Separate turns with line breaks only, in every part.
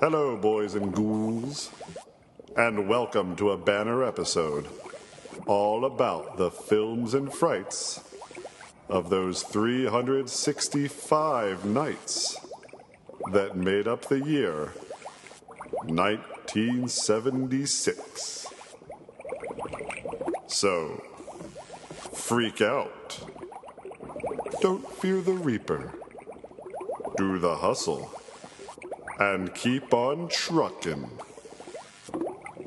Hello, boys and ghouls, and welcome to a banner episode all about the films and frights of those 365 nights that made up the year 1976. So, freak out. Don't fear the Reaper. Do the hustle. And keep on truckin'.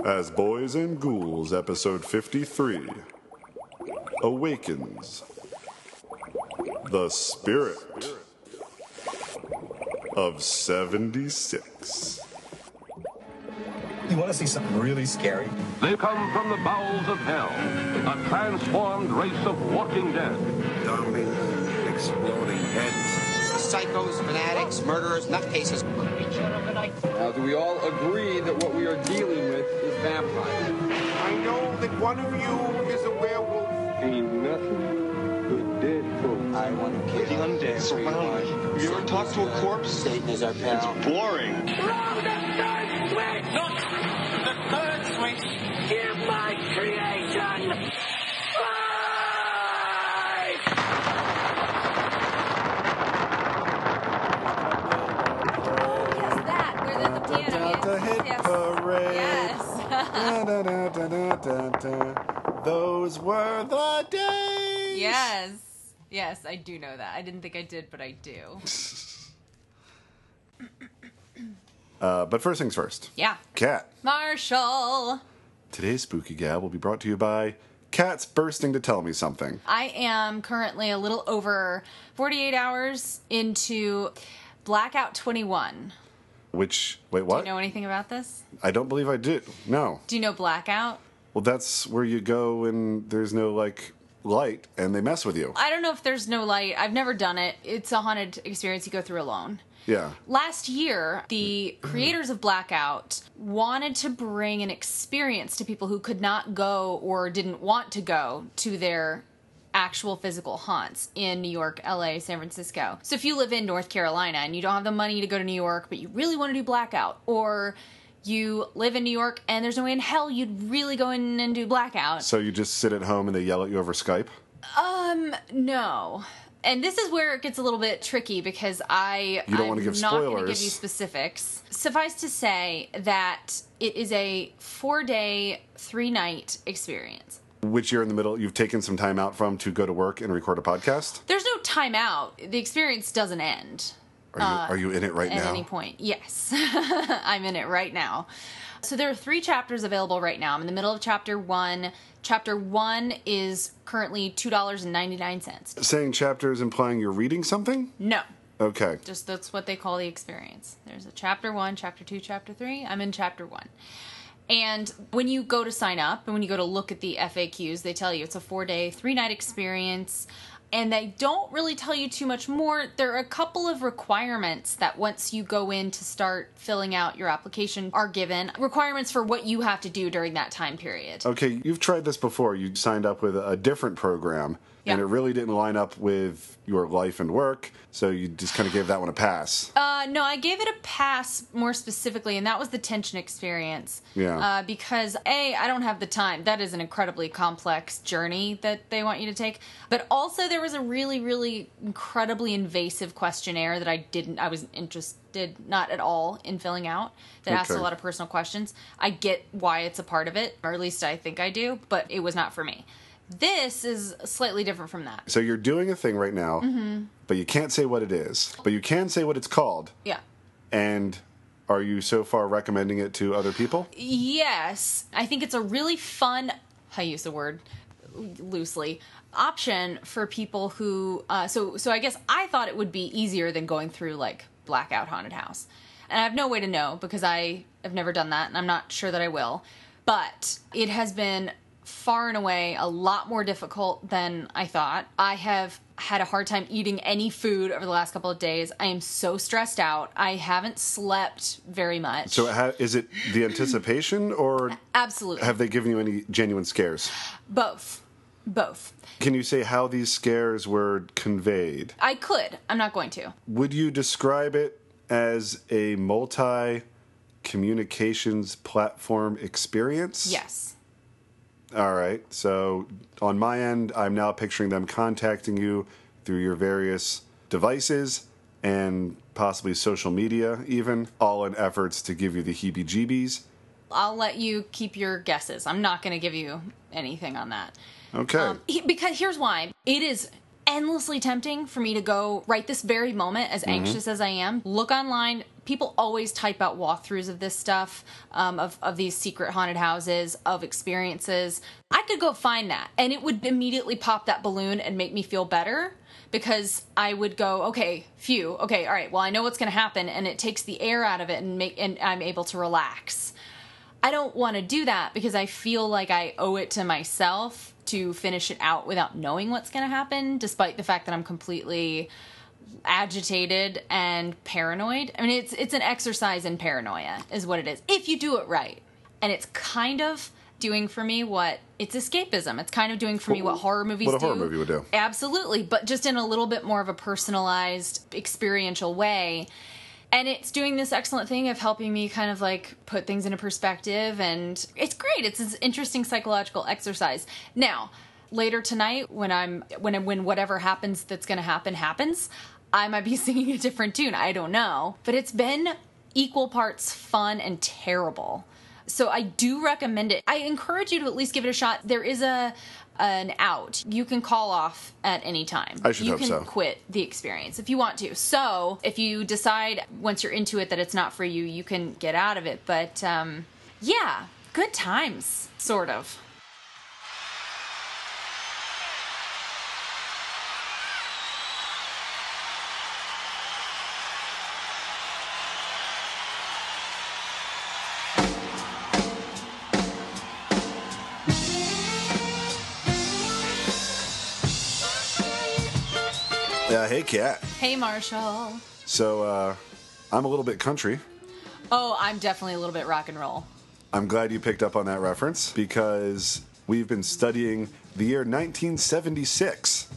As Boys and Ghouls, episode 53 awakens the spirit of 76.
You want to see something really scary?
They come from the bowels of hell, a transformed race of walking dead.
Zombies, exploding heads.
psychos, fanatics, murderers, nutcases.
Now, do we all agree that what we are dealing with is vampires?
I know that one of you is a werewolf.
Ain't nothing but dead folks.
I want to kill the undead. Surround You ever talk to a corpse? Satan is our pal. It's boring.
Not the third switch. Give my creation five!
Yes, that. Where there's a piano.
Down to
yes,
hit
yes.
parade.
Yes.
Da, da, da, da, da, da, da. Those were the days.
yes. Yes, I do know that. I didn't think I did, but I do.
Uh, but first things first.
Yeah.
Cat.
Marshall.
Today's spooky gab will be brought to you by Cat's bursting to tell me something.
I am currently a little over 48 hours into Blackout 21.
Which wait, what?
Do you know anything about this?
I don't believe I do. No.
Do you know Blackout?
Well, that's where you go and there's no like light and they mess with you.
I don't know if there's no light. I've never done it. It's a haunted experience you go through alone.
Yeah.
Last year, the creators of Blackout wanted to bring an experience to people who could not go or didn't want to go to their actual physical haunts in New York, LA, San Francisco. So if you live in North Carolina and you don't have the money to go to New York, but you really want to do Blackout, or you live in New York and there's no way in hell you'd really go in and do Blackout,
So you just sit at home and they yell at you over Skype.
No. And this is where it gets a little bit tricky because I
You don't
I'm
wanna give
not gonna
spoilers.
give you specifics. Suffice to say that it is a four day, three night experience.
Which you're in the middle. You've taken some time out from to go to work and record a podcast.
There's no timeout. The experience doesn't end.
Are you, are you in it right
Uh, at
now?
any point. Yes, I'm in it right now. So there are three chapters available right now. I'm in the middle of chapter one. Chapter one is currently two dollars and ninety nine cents.
Saying chapters implying you're reading something.
No,
Okay.
just that's what they call the experience. There's a chapter one, chapter two, chapter three. I'm in chapter one. And when you go to sign up and when you go to look at the FAQs, they tell you it's a four day, three night experience. And they don't really tell you too much more. There are a couple of requirements that once you go in to start filling out your application are given requirements for what you have to do during that time period.
Okay, you've tried this before. You signed up with a different program, and
Yeah.
it really didn't line up with your life and work, so you just kind of gave that one a pass.
Uh, no, I gave it a pass more specifically, and that was the tension experience.
Yeah.
Uh, because a, I don't have the time. That is an incredibly complex journey that they want you to take. But also, there was a really, really incredibly invasive questionnaire that I didn't. I was interested not at all in filling out. That asked a
Okay.
lot of personal questions. I get why it's a part of it, or at least I think I do. But it was not for me. This is slightly different from that.
so you're doing a thing right now,
Mm-hmm.
but you can't say what it is, but you can say what it's called.
Yeah.
And are you so far recommending it to other people?
Yes, I think it's a really fun. I use the word loosely. Option for people who. Uh, so so I guess I thought it would be easier than going through like blackout haunted house, and I have no way to know because I have never done that, and I'm not sure that I will. But it has been far and away a lot more difficult than I thought. I have had a hard time eating any food over the last couple of days. I am so stressed out. I haven't slept very much.
So ha- is it the anticipation, or
Absolutely.
have they given you any genuine scares?
Both. Both.
Can you say how these scares were conveyed?
I could. I'm not going to.
Would you describe it as a multi communications platform experience.
Yes.
All right. So on my end, I'm now picturing them contacting you through your various devices and possibly social media, even, all in efforts to give you the heebie jeebies.
I'll let you keep your guesses. I'm not going to give you anything on that.
Okay.
Um, he- because here's why it is endlessly tempting for me to go right this very moment, as anxious as I am, look online. People always type out walkthroughs of this stuff, um, of, of these secret haunted houses, of experiences. I could go find that and it would immediately pop that balloon and make me feel better because I would go, okay, phew, okay, all right, well, I know what's going to happen and it takes the air out of it and, make, and I'm able to relax. I don't want to do that because I feel like I owe it to myself to finish it out without knowing what's going to happen, despite the fact that I'm completely agitated and paranoid. I mean, it's it's an exercise in paranoia, is what it is. If you do it right, and it's kind of doing for me what it's escapism. It's kind of doing for me what horror movies
what a
do.
horror movie would do.
Absolutely, but just in a little bit more of a personalized, experiential way. And it's doing this excellent thing of helping me kind of like put things into perspective. And it's great. It's this interesting psychological exercise. Now, later tonight, when I'm when when whatever happens that's going to happen happens, I might be singing a different tune. I don't know, but it's been equal parts fun and terrible. So I do recommend it. I encourage you to at least give it a shot. There is a an out. You can call off at any time.
I should
you
hope
can
so.
quit the experience if you want to. So if you decide once you're into it that it's not for you, you can get out of it. But um, yeah, good times, sort of.
Yeah, Uh, hey, Cat.
Hey, Marshall.
So uh, I'm a little bit country.
Oh, I'm definitely a little bit rock and roll.
I'm glad you picked up on that reference because we've been studying the year 1976.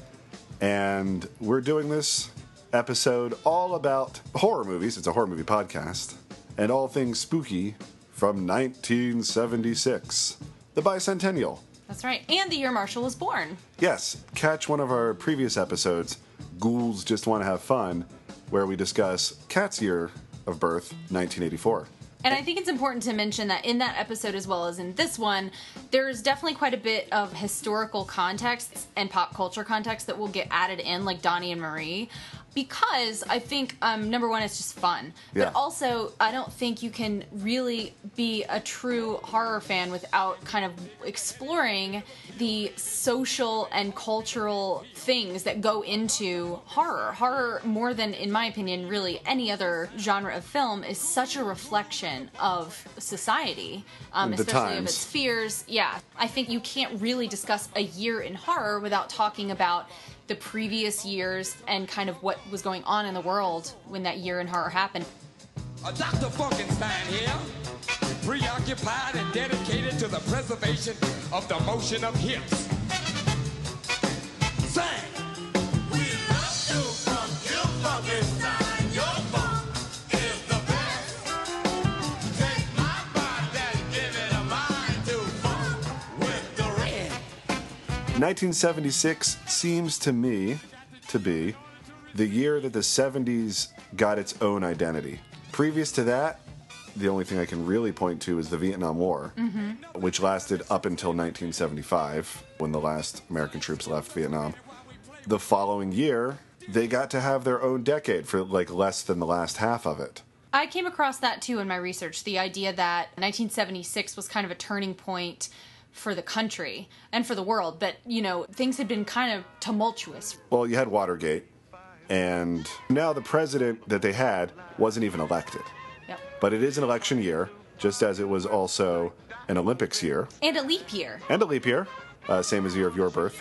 And we're doing this episode all about horror movies. It's a horror movie podcast. And all things spooky from 1976, the bicentennial.
That's right. And the year Marshall was born.
Yes, catch one of our previous episodes, Ghouls Just Want to Have Fun, where we discuss Cat's year of birth, 1984.
And I think it's important to mention that in that episode, as well as in this one, there's definitely quite a bit of historical context and pop culture context that will get added in, like Donnie and Marie, because I think, um, number one, it's just fun.
Yeah.
But also, I don't think you can really be a true horror fan without kind of exploring the social and cultural things that go into horror. Horror, more than, in my opinion, really any other genre of film, is such a reflection of society, um,
The
especially of
times.
its fears. Yeah, I think you can't really discuss a year in horror without talking about the previous years and kind of what was going on in the world when that year in horror happened.
A Dr. Funkenstein here, preoccupied and dedicated to the preservation of the motion of hips. Sing! We love you from you, Funkenstein. Your funk is the best. Take my body and give it a mind to funk with the red.
1976 seems to me to be the year that the 70s got its own identity. Previous to that, the only thing I can really point to is the Vietnam War, which lasted up until 1975 when the last American troops left Vietnam. The following year, they got to have their own decade for like less than the last half of it.
I came across that too in my research the idea that 1976 was kind of a turning point for the country and for the world, but you know, things had been kind of tumultuous.
Well, you had Watergate, and now the president that they had wasn't even elected.
Yep.
But it is an election year, just as it was also an Olympics year
And a leap year.
and a leap year, uh, same as the year of your birth.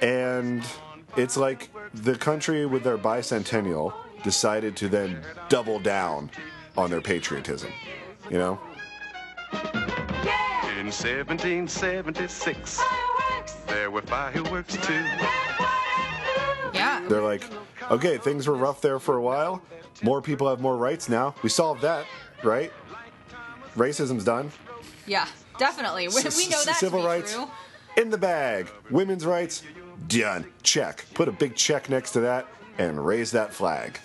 And it's like the country with their bicentennial decided to then double down on their patriotism, you know?
In 1776, there were fireworks too.
Yeah.
They're like, okay, things were rough there for a while. More people have more rights now. We solved that, right? Racism's done.
Yeah, definitely. We, we know that
civil
to be
rights
true.
in the bag. Women's rights done. Check. Put a big check next to that and raise that flag.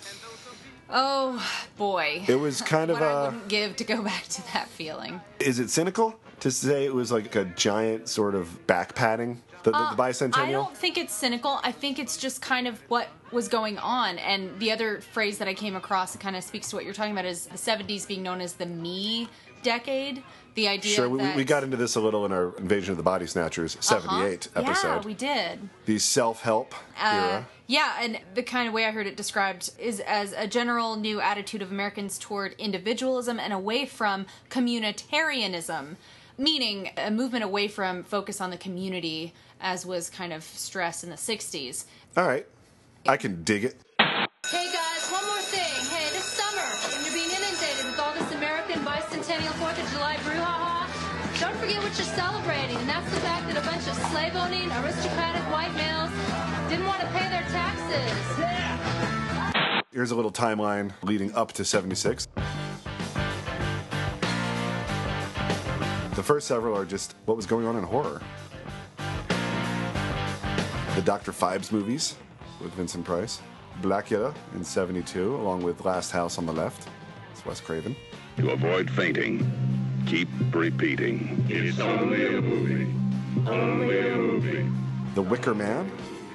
Oh boy.
It was kind of
what I
a.
wouldn't give to go back to that feeling.
Is it cynical to say it was like a giant sort of back patting the, the, the bicentennial?
Uh, I don't think it's cynical. I think it's just kind of what was going on. And the other phrase that I came across that kind of speaks to what you're talking about is the 70s being known as the me decade. The idea
Sure, we,
that
we got into this a little in our Invasion of the Body Snatchers 78
Uh-huh.
episode.
Yeah, we did.
the self help
Uh,
era.
yeah, and the kind of way I heard it described is as a general new attitude of Americans toward individualism and away from communitarianism, meaning a movement away from focus on the community, as was kind of stressed in the 60s.
All right. I can dig it.
Hey guys, one more thing. Hey, this summer, when you're being inundated with all this American bicentennial Fourth of July brouhaha, don't forget what you're celebrating, and that's the fact that a bunch of slave-owning, aristocratic white males didn't want to pay their taxes.
Here's a little timeline leading up to 76. The first several are just what was going on in horror. The Dr. Fibes movies with Vincent Price, Blackula in 72, along with Last House on the Left. It's Wes Craven.
To avoid fainting, keep repeating. It's only a movie. Only a movie.
The Wicker Man,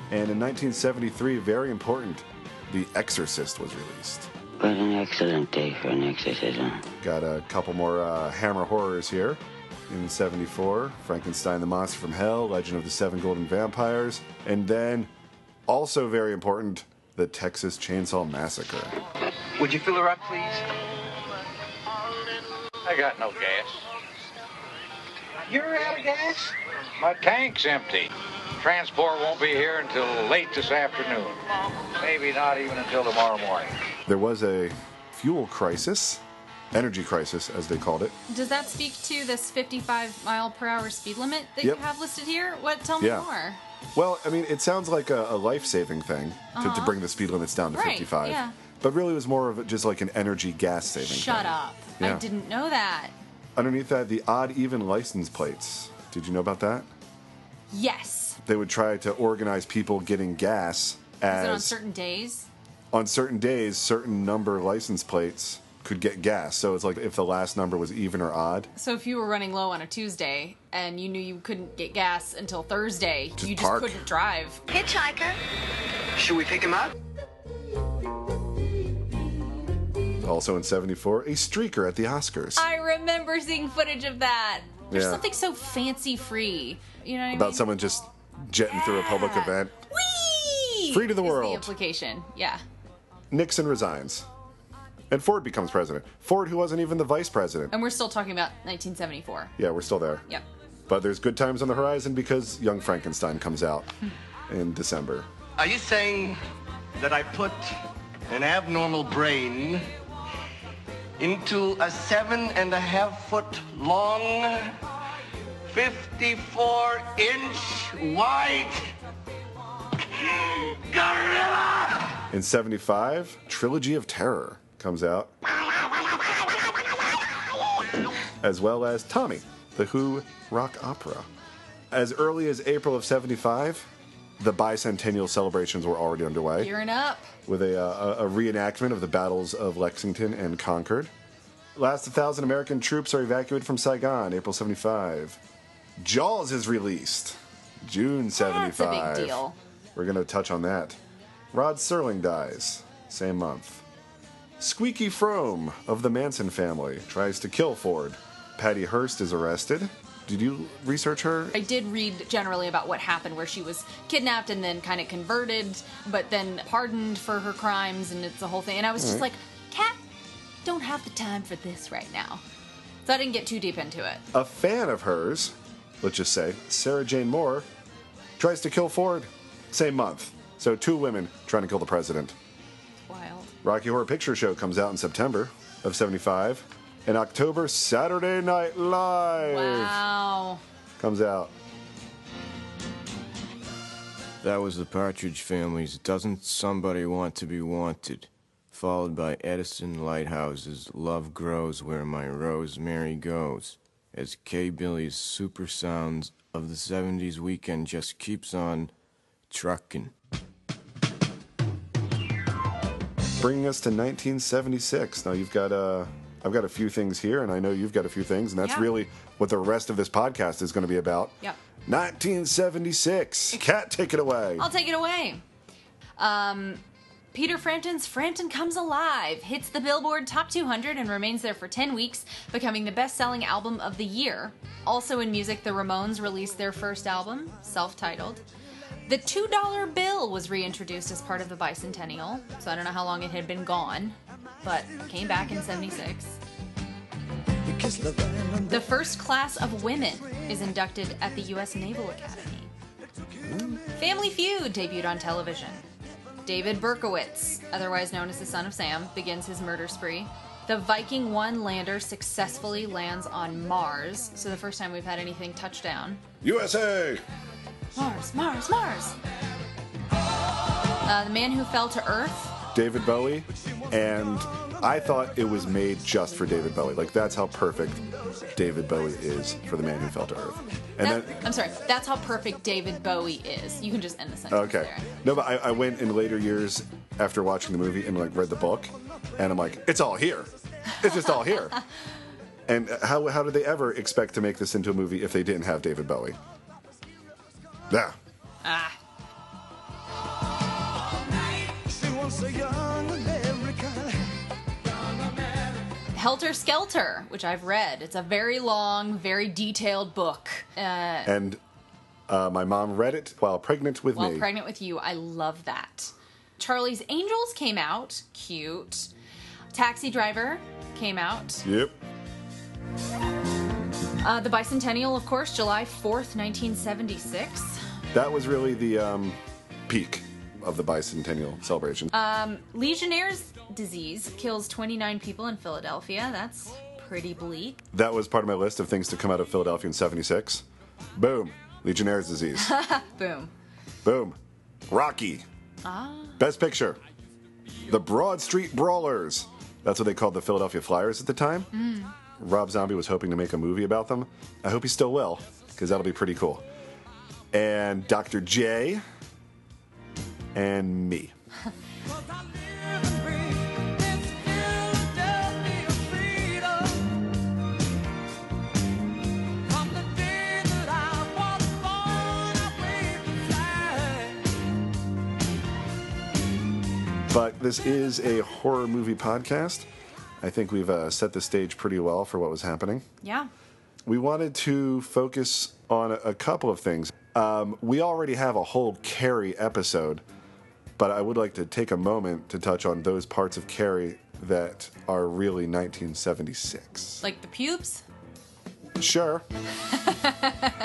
and in 1973, very important, The Exorcist was released.
What an excellent day for an exorcism.
Got a couple more uh, Hammer horrors here. In 74, Frankenstein the Monster from Hell, Legend of the Seven Golden Vampires, and then, also very important, The Texas Chainsaw Massacre.
Would you fill her up, please? I got no gas. You're out of gas? My tank's empty. Transport won't be here until late this afternoon. Maybe not even until tomorrow morning.
There was a fuel crisis, energy crisis as they called it.
Does that speak to this 55 mile per hour speed limit that
Yep.
you have listed here? What? Tell me
Yeah.
Oh, more.
Well, I mean, it sounds like a, a life saving thing to, to
Uh-huh.
bring the speed limits down to
Right,
55.
yeah.
But really, it was more of a- just like an energy gas saving
Shut
thing.
up.
Yeah.
I didn't know that.
Underneath that, the odd even license plates. Did you know about that?
Yes.
They would try to organize people getting gas
Is
as
it on certain days?
on certain days, certain number of license plates could get gas. So it's like if the last number was even or odd,
So if you were running low on a Tuesday and you knew you couldn't get gas until Thursday, you just
park.
couldn't drive. Hitchhiker.
Should we pick him up?
also in 74, a streaker at the Oscars.
I remember seeing footage of that. There's
Yeah.
something so fancy free. You know what I
About
mean?
someone just jetting through a public event.
Whee!
Free to the
Is
world.
The implication, yeah.
Nixon resigns. And Ford becomes president. Ford, who wasn't even the vice president.
And we're still talking about 1974.
Yeah, we're still there.
Yep.
But there's good times on the horizon because Young Frankenstein comes out
Hmm.
in December.
Are you saying that I put an abnormal brain into a seven and a half foot long, 54 inch wide gorilla?
In 75, Trilogy of Terror comes out. As well as Tommy, the Who rock opera. As early as April of 75, the bicentennial celebrations were already underway.
Gearing up.
with a, uh, a a reenactment of the battles of Lexington and Concord. Last 1,000 American troops are evacuated from Saigon, April 75. Jaws is released, June 75.
Oh, That's a big deal.
We're going to touch on that. Rod Serling dies, same month. Squeaky Frome of the Manson family tries to kill Ford. Patty Hearst is arrested. Did you research her?
I did read generally about what happened where she was kidnapped and then kind of converted, but then pardoned for her crimes, and it's the whole thing. And I was
All
just
right.
like, Cat, don't have the time for this right now. So I didn't get too deep into it.
A fan of hers, let's just say, Sarah Jane Moore, tries to kill Ford same month. So two women trying to kill the president.
Wild.
Rocky Horror Picture Show comes out in September of 75. In October, Saturday Night Live
Wow.
comes out.
That was the Partridge Family's Doesn't Somebody Want to Be Wanted? followed by Edison Lighthouse's Love Grows Where My Rosemary Goes, as K. Billy's super sounds of the 70s weekend just keeps on truckin'.
Bringing us to 1976. Now you've got uh, I've got a few things here, and I know you've got a few things, and that's
Yeah.
really what the rest of this podcast is going to be about.
Yep.
1976. Cat, take it away.
I'll take it away. Um, Peter Frampton's Frampton Comes Alive hits the Billboard Top 200 and remains there for 10 weeks, becoming the best selling album of the year. Also in music, the Ramones released their first album, self titled. The $2 bill was reintroduced as part of the bicentennial, so I don't know how long it had been gone, but came back in 76. The first class of women is inducted at the U.S. Naval Academy. Family Feud debuted on television. David Berkowitz, otherwise known as the Son of Sam, begins his murder spree. The Viking 1 lander successfully lands on Mars, so the first time we've had anything touch down.
USA.
Mars, Mars, Mars! Uh, the Man Who Fell to Earth.
David Bowie, and I thought it was made just for David Bowie. Like that's how perfect David Bowie is for the man who fell to earth. And
That-
then
I'm sorry, that's how perfect David Bowie is. You can just end the sentence.
okay, no, but I, I went in later years after watching the movie and like read the book, and I'm like, it's all here. It's just all here. And how how did they ever expect to make this into a movie if they didn't have David Bowie? Yeah.
Ah.
She wants a young American.
Helter Skelter, which I've read. It's a very long, very detailed book. Uh,
And uh, my mom read it while pregnant with
while
me.
pregnant with you. I love that. Charlie's Angels came out. Cute. Taxi Driver came out.
Yep.
Uh, the Bicentennial, of course, July 4th, 1976.
That was really the um, peak of the bicentennial celebration.
Um, Legionnaire's disease kills 29 people in Philadelphia. That's pretty bleak.
that was part of my list of things to come out of Philadelphia in 76. Boom. Legionnaire's disease.
Boom.
Boom. Rocky.
Ah.
Best picture. The Broad Street Brawlers. That's what they called the Philadelphia Flyers at the time.
Mm.
Rob Zombie was hoping to make a movie about them. I hope he still will, because that'll be pretty cool. And Dr. J. And me. But this is a horror movie podcast. I think we've uh, set the stage pretty well for what was happening.
Yeah.
We wanted to focus on a, a couple of things. Um, we already have a whole Carrie episode, but I would like to take a moment to touch on those parts of Carrie that are really 1976.
Like the pubes?
Sure.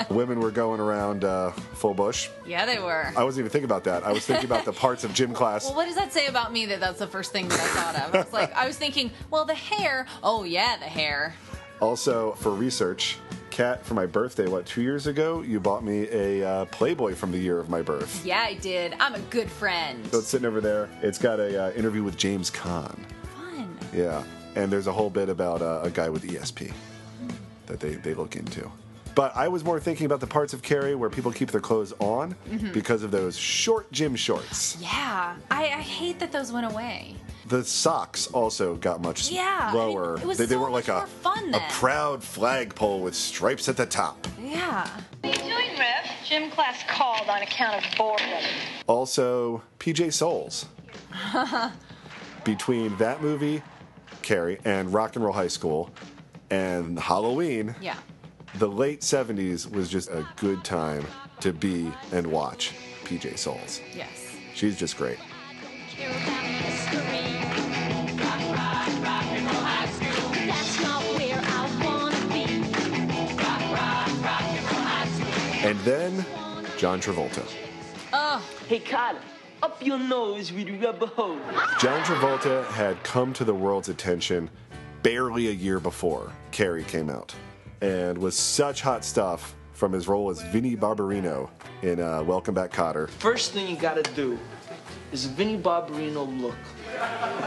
Women were going around uh, full bush.
Yeah, they were.
I wasn't even thinking about that. I was thinking about the parts of gym class.
Well, what does that say about me that that's the first thing that I thought of? I was like, I was thinking, well, the hair. Oh, yeah, the hair.
Also, for research, Kat, for my birthday, what, two years ago, you bought me a uh, Playboy from the year of my birth.
Yeah, I did. I'm a good friend.
So it's sitting over there. It's got a uh, interview with James Caan.
Fun.
Yeah, and there's a whole bit about uh, a guy with ESP that they, they look into. But I was more thinking about the parts of Carrie where people keep their clothes on
Mhm.
because of those short gym shorts.
Yeah, I, I hate that those went away.
The socks also got much
Yeah, I mean,
lower.
it was
they, they
so
were like a,
fun
a
then.
proud flagpole with stripes at the top.
Yeah.
What are you doing, Rev? Gym class called on account of boredom.
Also, PJ Souls. Between that movie, Carrie, and Rock and Roll High School, and Halloween,
yeah.
the late 70s was just a good time to be and watch PJ Souls.
Yes.
She's just great. And then John Travolta.
Oh. Hey, Carl, up your nose with rubber hose.
John Travolta had come to the world's attention barely a year before Carrie came out and was such hot stuff from his role as Vinnie Barbarino in uh, Welcome Back, Cotter.
First thing you gotta do is a Vinnie Barbarino look.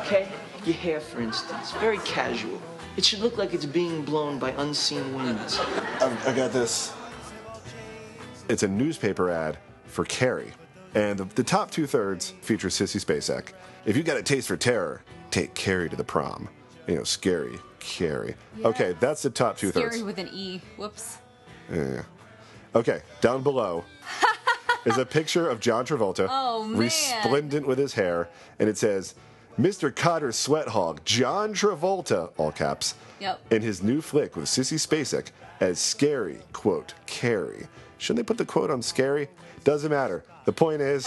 Okay? Your hair, for instance, very casual. It should look like it's being blown by unseen winds.
I've, I got this. It's a newspaper ad for Carrie, and the, the top two thirds feature Sissy Spacek. If you got a taste for terror, take Carrie to the prom. You know, scary Carrie. Okay, that's the top two thirds.
Scary with an E. Whoops.
Yeah. Okay, down below is a picture of John Travolta,
Oh, man.
resplendent with his hair, and it says, "Mr. Cotter Sweat Hog, John Travolta," all caps,
Yep.
in his new flick with Sissy Spacek as scary quote Carrie. Shouldn't they put the quote on scary? Doesn't matter. The point is,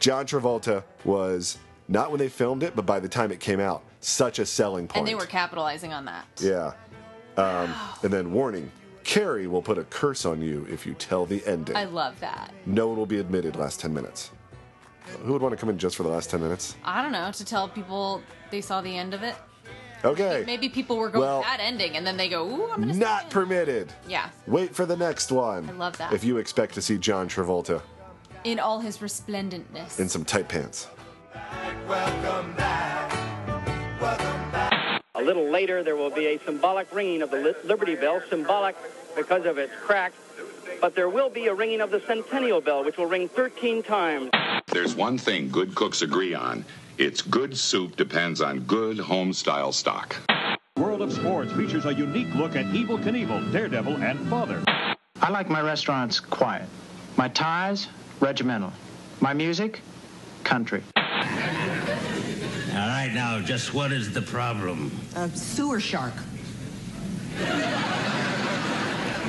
John Travolta was not when they filmed it, but by the time it came out, such a selling point.
And they were capitalizing on that.
Yeah. Um, and then warning: Carrie will put a curse on you if you tell the ending.
I love that.
no one will be admitted last ten minutes. Who would want to come in just for the last ten minutes?
I don't know to tell people they saw the end of it.
Okay.
Maybe people were going
Well- Mm-hmm.
that ending, and then they go, "Ooh, I'm gonna." see
Not permitted.
it." Yeah,
Wait for the next one.
I love that.
If you expect to see John Travolta
in all his resplendentness.
in some tight pants.
A little later, there will be a symbolic ringing of the Li- Liberty Bell, symbolic because of its crack. But there will be a ringing of the Centennial Bell, which will ring 13 times.
There's one thing good cooks agree on it's good soup depends on good home style stock.
World of Sports features a unique look at Evil Knievel, Daredevil, and Father.
I like my restaurants quiet. My ties, regimental. My music, country.
All right, now, just what is the problem?
A sewer shark.
All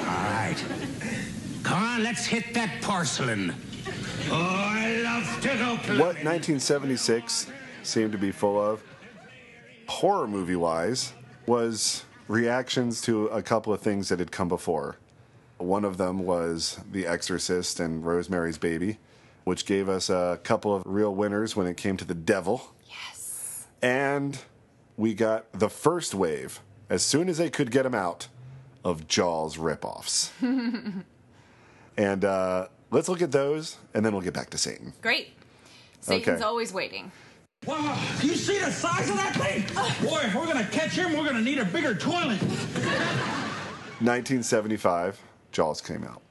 right. Come on, let's hit that porcelain. Oh, I love to go play.
What 1976 seemed to be full of, horror movie wise, was reactions to a couple of things that had come before. One of them was The Exorcist and Rosemary's Baby, which gave us a couple of real winners when it came to the devil. Yes. And we got the first wave, as soon as they could get them out, of Jaws ripoffs. And uh, let's look at those, and then we'll get back to Satan.
Great. Satan's
Okay.
always waiting.
Wow, you see the size of that thing?
Uh.
Boy, if we're gonna catch him, we're gonna need a bigger toilet.
1975, Jaws came out.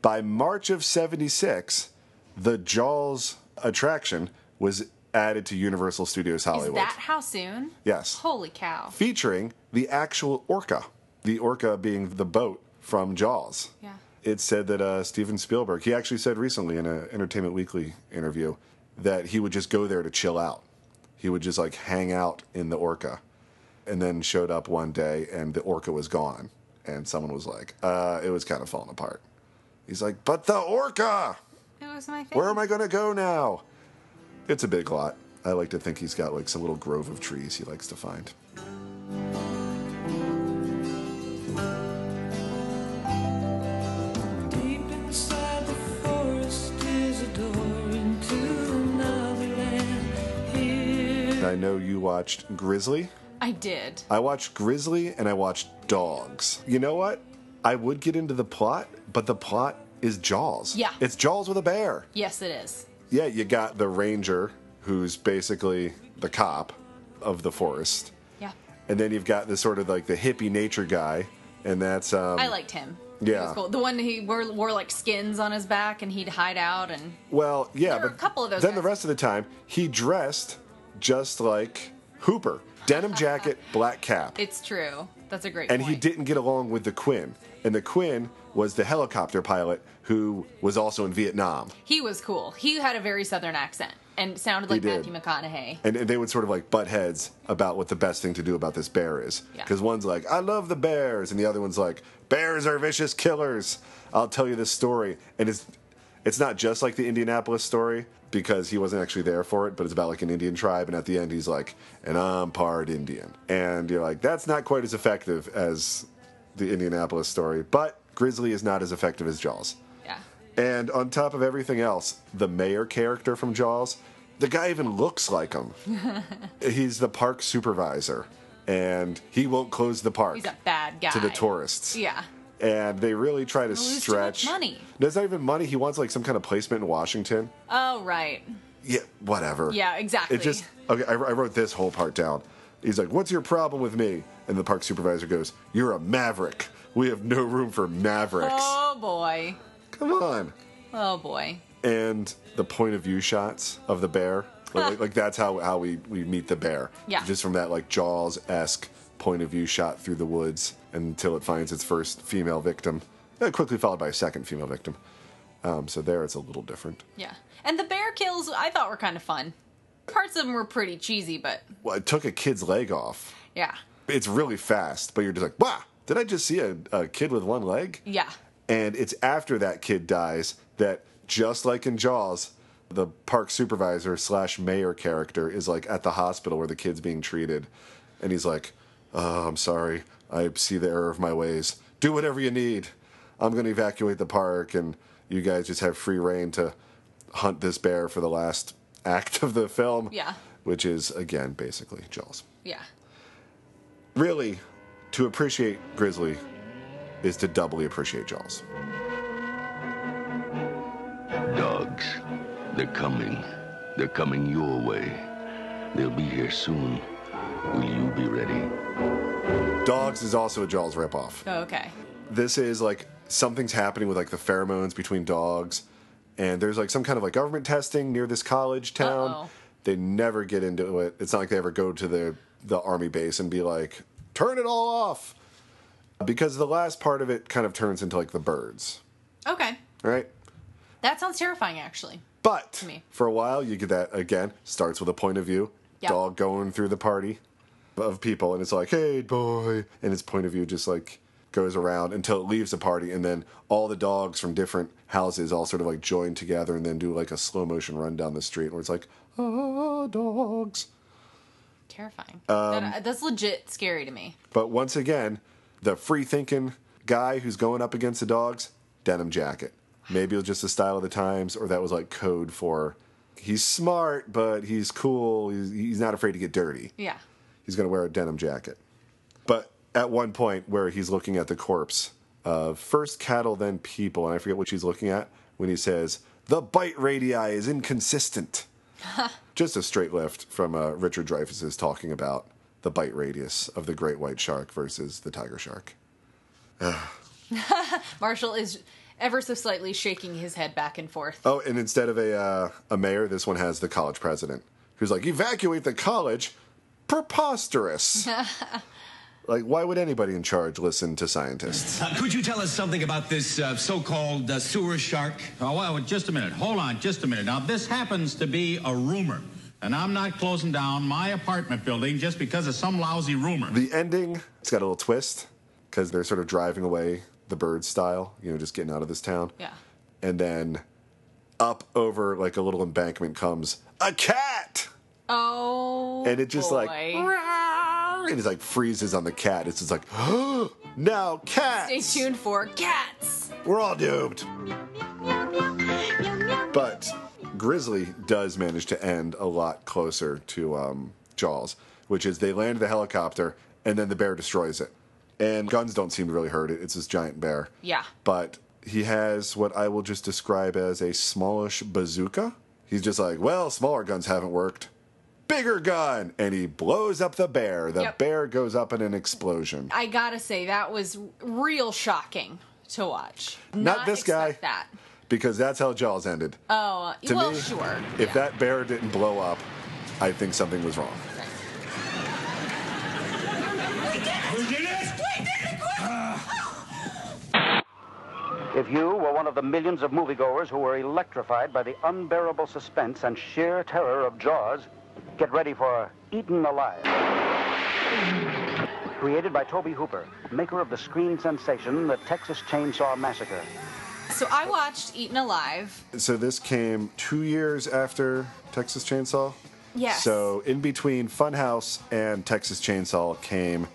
By March of 76, the Jaws attraction was added to Universal Studios
Is
Hollywood.
that how soon?
yes.
Holy cow.
Featuring the actual orca, the orca being the boat from Jaws.
Yeah.
It said that uh, Steven Spielberg, he actually said recently in an Entertainment Weekly interview that he would just go there to chill out. He would just like hang out in the orca and then showed up one day and the orca was gone. And someone was like, uh, it was kind of falling apart. He's like, but the orca!
It was my
Where am I going to go now? It's a big lot. I like to think he's got like some little grove of trees he likes to find.
Deep inside the forest is a door into another land. Here
I know you watched Grizzly.
I did.
I watched Grizzly and I watched Dogs. You know what? I would get into the plot, but the plot is Jaws.
Yeah.
It's Jaws with a bear.
Yes, it is.
Yeah, you got the ranger who's basically the cop of the forest.
Yeah.
And then you've got the sort of like the hippie nature guy, and that's um
I liked him. He
yeah.
was cool. The one he wore, wore like skins on his back, and he'd hide out, and
Well, yeah,
There were
but
a couple of those
then the rest of the time he dressed just like Hooper. Denim jacket, black cap.
it's true. That's a great
and
point.
he didn't get along with the Quinn. And the Quinn was the helicopter pilot who was also in Vietnam.
He was cool. He had a very southern accent and sounded
He
like
did.
Matthew McConaughey.
And, and they would sort of like butt heads about what the best thing to do about this bear is.
Yeah.
Because one's like, I love the bears. And the other one's like, bears are vicious killers. I'll tell you this story. And it's, it's not just like the Indianapolis story because he wasn't actually there for it, but it's about like an Indian tribe. And at the end, he's like, and I'm part Indian. And you're like, that's not quite as effective as the Indianapolis story, but Grizzly is not as effective as Jaws.
Yeah.
And on top of everything else, the mayor character from Jaws, the guy even looks like him. He's the park supervisor, and he won't close the park
He's a bad guy.
to the tourists.
Yeah.
and they really try to
lose too much
stretch
money.
No, it's not even money. He wants like some kind of placement in Washington.
Oh right.
Yeah, whatever.
Yeah, exactly.
It just okay. I, I wrote this whole part down. He's like, "What's your problem with me?" And the park supervisor goes, "You're a maverick. We have no room for mavericks.
Oh boy.
Come on."
Oh boy.
And the point of view shots of the bear, like, like, like that's how how we we meet the bear.
Yeah.
Just from that like Jaws esque point of view shot through the woods until it finds its first female victim, uh, quickly followed by a second female victim. Um, so there, it's a little different.
Yeah. And the bear kills I thought were kind of fun. Parts of them were pretty cheesy, but
Well, it took a kid's leg off.
yeah.
It's really fast, but you're just like, wow, did I just see a, a kid with one leg?
Yeah.
And it's after that kid dies that, just like in Jaws, the park supervisor slash mayor character is like at the hospital where the kid's being treated. And he's like, oh, I'm sorry. I see the error of my ways. Do whatever you need. I'm going to evacuate the park, and you guys just have free reign to hunt this bear for the last act of the film.
Yeah.
Which is, again, basically Jaws
Yeah.
really, to appreciate Grizzly is to doubly appreciate Jaws.
Dogs, they're coming. They're coming your way. They'll be here soon. Will you be ready?
Dogs is also a Jaws ripoff.
Oh, okay.
This is like something's happening with like the pheromones between dogs, and there's like some kind of like government testing near this college town.
Uh-oh.
They never get into it. It's not like they ever go to the the army base and be like, "Turn it all off," because the last part of it kind of turns into like the birds,
Okay.
right?
That sounds terrifying actually.
But
To me.
for a while, you get that again. Starts with a point of view.
Yeah.
Dog going through the party of people, and it's like, hey, boy. And its point of view just like goes around until it leaves the party, and then all the dogs from different houses all sort of like join together and then do like a slow motion run down the street where it's like, oh, dogs.
Terrifying.
Um,
That- uh, that's legit scary to me.
But once again, the free thinking guy who's going up against the dogs, denim jacket. Maybe it was just the style of the times, or that was like code for he's smart, but he's cool. He's, he's not afraid to get dirty.
Yeah.
He's going to wear a denim jacket. But at one point where he's looking at the corpse of first cattle, then people, and I forget what she's looking at, when he says, the bite radii is inconsistent. Just a straight lift from uh, Richard Dreyfuss's talking about the bite radius of the great white shark versus the tiger shark.
Marshall is ever so slightly shaking his head back and forth.
Oh, and instead of a uh, a mayor, this one has the college president, who's like, "Evacuate the college." Preposterous. like, why would anybody in charge listen to scientists?
Uh, could you tell us something about this uh, so-called uh, sewer shark?
Oh, well, just a minute. Hold on, just a minute. Now, this happens to be a rumor, and I'm not closing down my apartment building just because of some lousy rumor.
The ending, it's got a little twist because they're sort of driving away the bird style, you know, just getting out of this town.
Yeah.
And then up over like a little embankment comes a cat,
Oh.
and it just like
boy.
and it's like freezes on the cat. It's just like, oh, now cat.
Stay tuned for cats.
We're all doomed. But Grizzly does manage to end a lot closer to um, Jaws, which is they land the helicopter and then the bear destroys it. And guns don't seem to really hurt it. It's this giant bear.
Yeah.
But he has what I will just describe as a smallish bazooka. He's just like, well, smaller guns haven't worked. Bigger gun! And he blows up the bear. The
Yep.
bear goes up in an explosion.
I gotta say that was real shocking to watch.
Not this guy.
expect That.
Because that's how Jaws ended.
Oh,
to
well,
me,
sure.
if that bear didn't blow up, I think something was wrong.
If you were one of the millions of moviegoers who were electrified by the unbearable suspense and sheer terror of Jaws, get ready for Eaten Alive. Created by Toby Hooper, maker of the screen sensation The Texas Chainsaw Massacre.
So I watched Eaten Alive.
So this came two years after Texas Chainsaw.
Yes.
So in between Funhouse and Texas Chainsaw came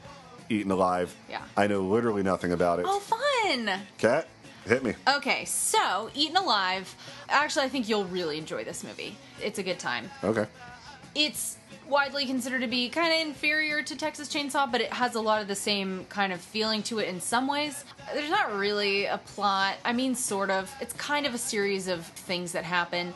Eaten Alive.
Yeah.
I know literally nothing about it.
Oh, Uh, fun.
Cat, hit me.
Okay, so Eaten Alive. Actually, I think you'll really enjoy this movie. It's a good time.
Okay.
It's widely considered to be kind of inferior to Texas Chainsaw, but it has a lot of the same kind of feeling to it in some ways. There's not really a plot. I mean, sort of. It's kind of a series of things that happen.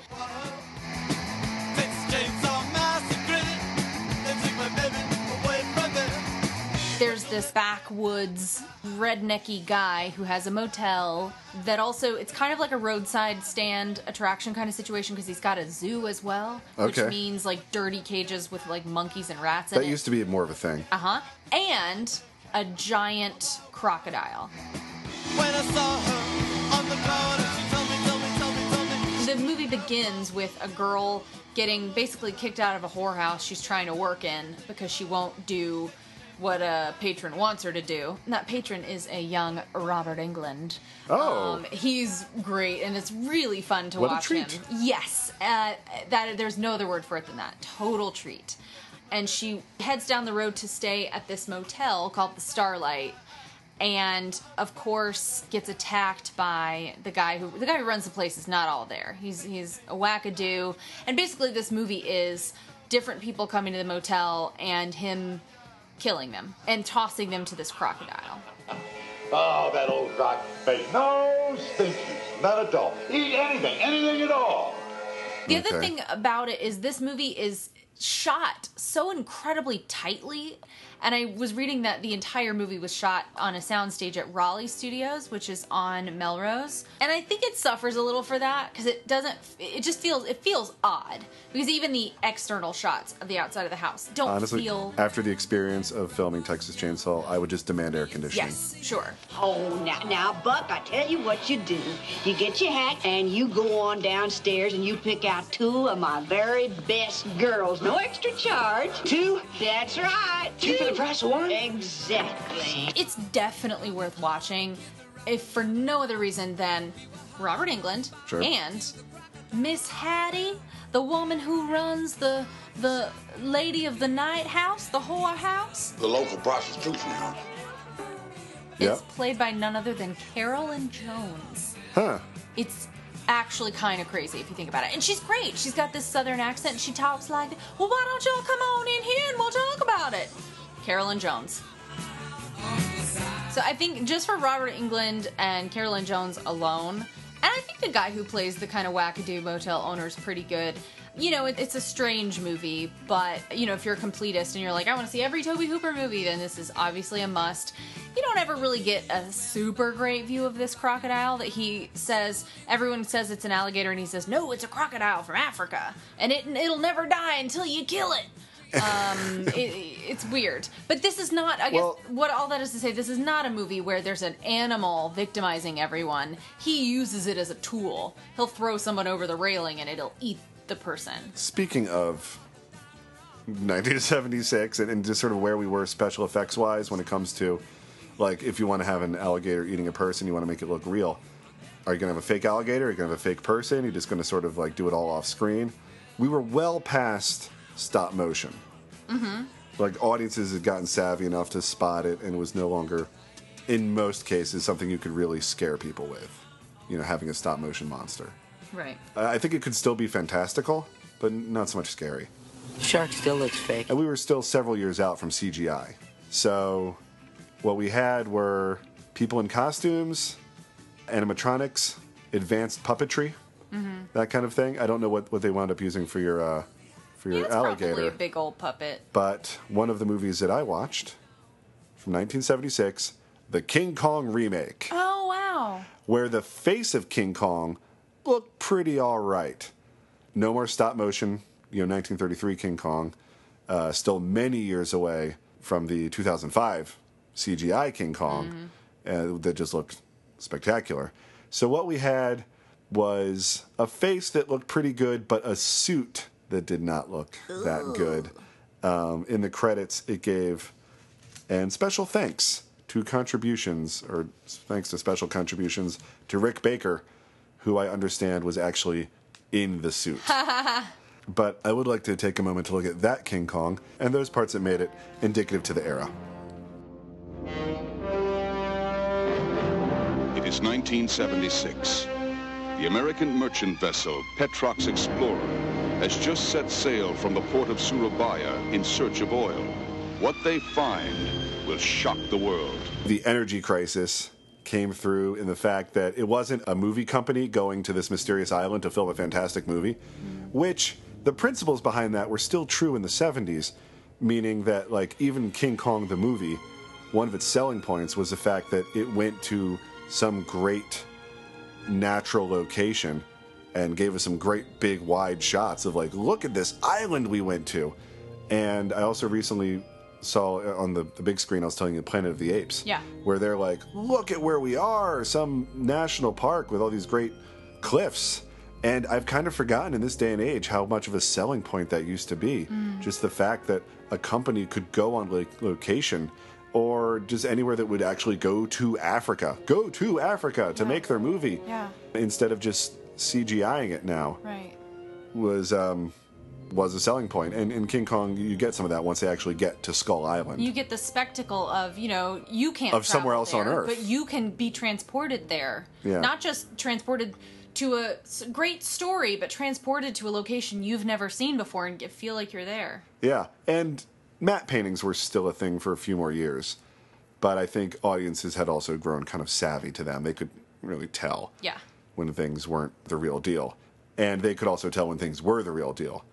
There's this backwoods rednecky guy who has a motel that also it's kind of like a roadside stand attraction kind of situation because he's got a zoo as well,
Okay.
which means like dirty cages with like monkeys and rats in
That
it.
used to be more of a thing.
Uh huh. And a giant crocodile. The movie begins with a girl getting basically kicked out of a whorehouse she's trying to work in because she won't do what a patron wants her to do. And that patron is a young Robert England.
Oh.
he's great, and it's really fun to
What a
watch
treat.
him. Yes, uh, that there's no other word for it than that. Total treat. And she heads down the road to stay at this motel called the Starlight, and of course gets attacked by the guy who the guy who runs the place is not all there. He's he's a wackadoo, and basically this movie is different people coming to the motel and him killing them and tossing them to this crocodile.
Oh, that old rock face. No stinkies. Not at all. Eat anything, anything at all.
The other
Okay.
thing about it is this movie is shot so incredibly tightly. And I was reading that the entire movie was shot on a soundstage at Raleigh Studios, which is on Melrose. And I think it suffers a little for that because it doesn't, it just feels, it feels odd because even the external shots of the outside of the house don't
Honestly,
feel.
after the experience of filming Texas Chainsaw, I would just demand air conditioning.
Yes, sure.
Oh, now, now, Buck, I tell you what you do. You get your hat and you go on downstairs and you pick out two of my very best girls. No extra charge. Two? That's right. Two, for the price of one? Exactly.
It's definitely worth watching, if for no other reason than Robert England
Sure.
and Miss Hattie, the woman who runs the the lady of the night house, the whore house,
The local prostitution house.
Yep.
played by none other than Carolyn Jones.
Huh.
It's actually kind of crazy if you think about it. And she's great. She's got this southern accent. And she talks like, "Well, why don't y'all come on in here and we'll talk about it?" Carolyn Jones. So I think just for Robert England and Carolyn Jones alone, and I think the guy who plays the kind of wackadoo motel owner is pretty good. You know, it, it's a strange movie, but you know, if you're a completist and you're like, I want to see every Toby Hooper movie, then this is obviously a must. You don't ever really get a super great view of this crocodile that he says. Everyone says it's an alligator, and he says, No, it's a crocodile from Africa, and it it'll never die until you kill it um, it, it's weird. But this is not. I guess what all that is to say, this is not a movie where there's an animal victimizing everyone. He uses it as a tool. He'll throw someone over the railing and it'll eat the person.
Speaking of 1976 and, and just sort of where we were special effects wise when it comes to, like, if you want to have an alligator eating a person, you want to make it look real. Are you going to have a fake alligator? Are you going to have a fake person? You're just going to sort of like do it all off screen. We were well past stop motion.
Mm-hmm.
Like, audiences had gotten savvy enough to spot it and was no longer, in most cases, something you could really scare people with. You know, having a stop motion monster.
Right.
Uh, I I think it could still be fantastical, but not so much scary. Shark still looks fake. And we were still several years out from CGI. So what we had were people in costumes, animatronics, advanced puppetry,
Mm-hmm.
that kind of thing. I don't know what, what they wound up using for your uh, for your
It's probably
alligator.
a big old puppet.
But one of the movies that I watched from 1976, the King Kong remake
Oh wow.
where the face of King Kong looked pretty all right. No more stop motion, you know, 1933 King Kong, uh, still many years away from the 2005 CGI King Kong uh, that just looked spectacular. So, what we had was a face that looked pretty good, but a suit that did not look that good. Um, in the credits, it gave and special thanks to contributions, or thanks to special contributions to Rick Baker, who I understand was actually in the suit. but I would like to take a moment to look at that King Kong and those parts that made it indicative to the era.
It is 1976. The American merchant vessel Petrox Explorer has just set sail from the port of Surabaya in search of oil. What they find will shock the world.
the energy crisis came through in the fact that it wasn't a movie company going to this mysterious island to film a fantastic movie, which the principles behind that were still true in the 70s, meaning that, like, even King Kong the movie, one of its selling points was the fact that it went to some great natural location and gave us some great big wide shots of like look at this island we went to and i also recently saw uh, on the, the big screen i was telling you planet of the apes
Yeah.
where they're like look at where we are some national park with all these great cliffs and i've kind of forgotten in this day and age how much of a selling point that used to be
Mm.
just the fact that a company could go on like location or just anywhere that would actually go to africa go to africa to make their movie
Yeah.
instead of just CGIing it now
Right.
was um, was a selling point. And in King Kong, you get some of that once they actually get to Skull Island.
You get the spectacle of you know you can't
Of somewhere
travel
else on
there,
Earth.
but you can be transported there.
Yeah.
Not just transported to a s- great story, but transported to a location you've never seen before and get, feel like you're there.
Yeah, and matte paintings were still a thing for a few more years, but I think audiences had also grown kind of savvy to them. They could really tell
Yeah.
when things weren't the real deal, and they could also tell when things were the real deal.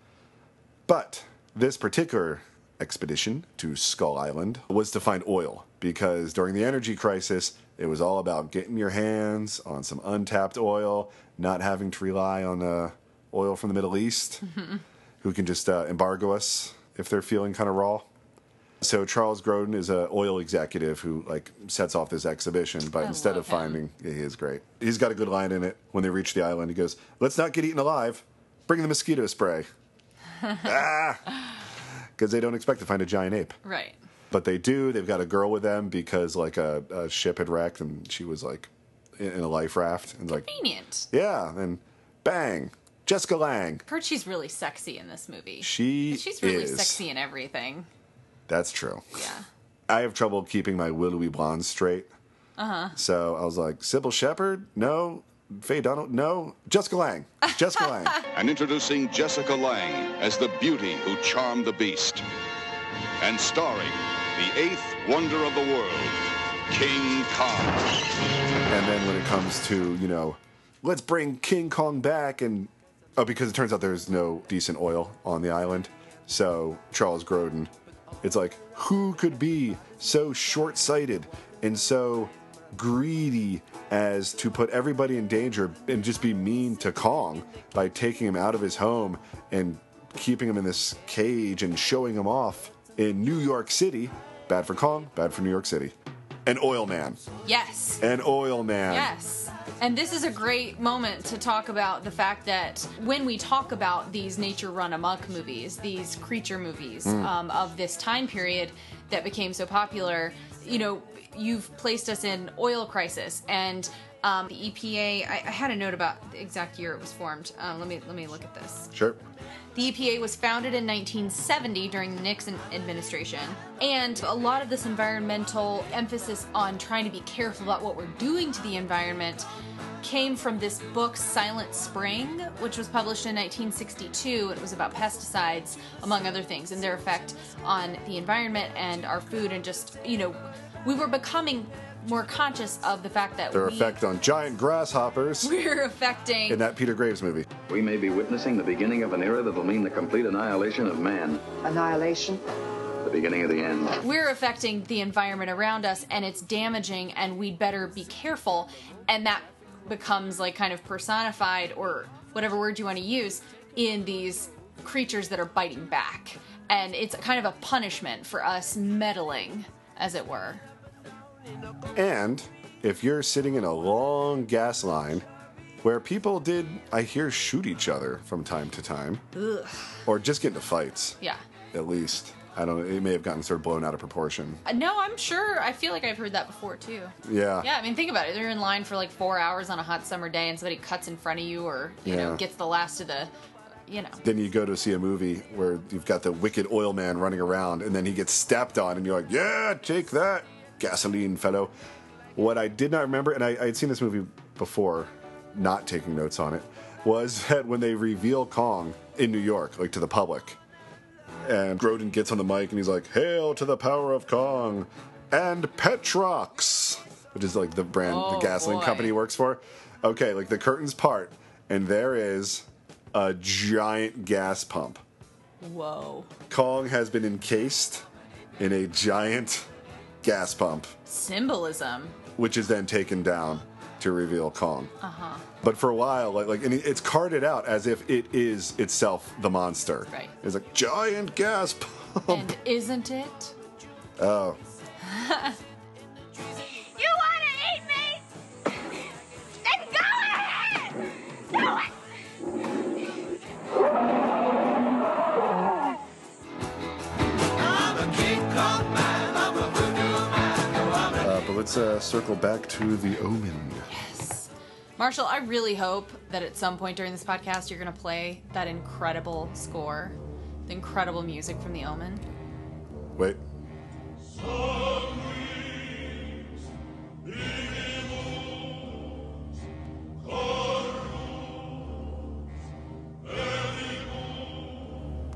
But this particular expedition to Skull Island was to find oil because during the energy crisis, it was all about getting your hands on some untapped oil, not having to rely on uh, oil from the Middle East who can just uh, embargo us if they're feeling kind of raw. So Charles Grodin is an oil executive who like sets off this exhibition, but
I
instead
love
of
him.
finding, yeah, he is great. He's got a good line in it. When they reach the island, he goes, "Let's not get eaten alive. Bring the mosquito spray." ah, because they don't expect to find a giant ape,
Right.
but they do. They've got a girl with them because like a, a ship had wrecked and she was like in, in a life raft and like
Convenient.
yeah, and bang, Jessica Lang.
Heard she's really sexy in this movie.
She
she's really
is.
sexy in everything.
That's true.
Yeah.
I have trouble keeping my willowy blonde straight.
Uh huh.
So I was like, Sybil Shepherd? No. Faye Donald? No. Jessica Lang. Jessica Lang.
and introducing Jessica Lang as the beauty who charmed the beast. And starring the eighth wonder of the world, King Kong.
And then when it comes to, you know, let's bring King Kong back and. Oh, because it turns out there's no decent oil on the island. So Charles Grodin, it's like, who could be so short sighted and so greedy as to put everybody in danger and just be mean to Kong by taking him out of his home and keeping him in this cage and showing him off in New York City? Bad for Kong, bad for New York City. An oil man.
Yes.
An oil man.
Yes. And this is a great moment to talk about the fact that when we talk about these nature run amok movies, these creature movies
Mm.
um, of this time period that became so popular, you know, you've placed us in oil crisis and um, the EPA. I, I had a note about the exact year it was formed. Um, let me let me look at this.
Sure.
The EPA was founded in 1970 during the Nixon administration, and a lot of this environmental emphasis on trying to be careful about what we're doing to the environment came from this book Silent Spring, which was published in 1962. It was about pesticides, among other things, and their effect on the environment and our food, and just, you know, we were becoming more conscious of the fact that
Their
we,
effect on giant grasshoppers
we're affecting
in that Peter Graves movie.
We may be witnessing the beginning of an era that'll mean the complete annihilation of man. Annihilation? The beginning of the end.
we're affecting the environment around us and it's damaging and we'd better be careful and that becomes like kind of personified or whatever word you want to use in these creatures that are biting back and it's kind of a punishment for us meddling as it were
And if you're sitting in a long gas line where people did, I hear, shoot each other from time to time,
Ugh.
or just get into fights,
yeah
at least. I don't know, it may have gotten sort of blown out of proportion.
Uh, no i'm sure i feel like i've heard that before too
Yeah.
yeah i mean think about it they're in line for like four hours on a hot summer day and somebody cuts in front of you or you know
Yeah.
gets the last of the you know
Then you go to see a movie where you've got the wicked oil man running around, and then he gets stepped on, and you're like, yeah, take that, gasoline fellow. What I did not remember, and I, I had seen this movie before, not taking notes on it was that when they reveal Kong in New York, like to the public, and Grodin gets on the mic and he's like, "Hail to the power of Kong and Petrox," which is like the brand
Oh,
the gasoline
boy.
company he works for. Okay, like the curtains part, and there is a giant gas pump.
Whoa.
Kong has been encased in a giant gas pump,
Symbolism.
which is then taken down to reveal Kong.
Uh huh.
But for a while, like, like and it's carted out as if it is itself the monster.
Right.
It's like giant gas pump.
And isn't it?
Oh,
You wanna eat me? Then go ahead! Do it!
uh, but let's uh, circle back to the Omen.
Marshall, I really hope that at some point during this podcast you're going to play that incredible score, the incredible music from The Omen.
Wait.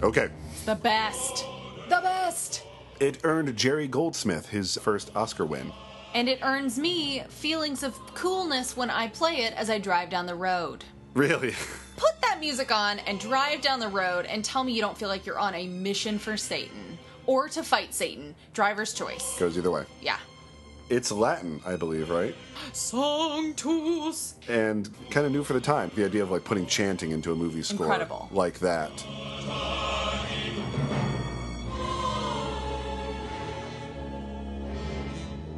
Okay.
It's the best. The best.
It earned Jerry Goldsmith his first Oscar win.
And it earns me feelings of coolness when I play it as I drive down the road.
Really?
Put that music on and drive down the road and tell me you don't feel like you're on a mission for Satan or to fight Satan. Driver's choice.
Goes either way.
Yeah.
It's Latin, I believe, right?
Sanctus.
And kind of new for the time. The idea of like putting chanting into a movie score
Incredible.
like that.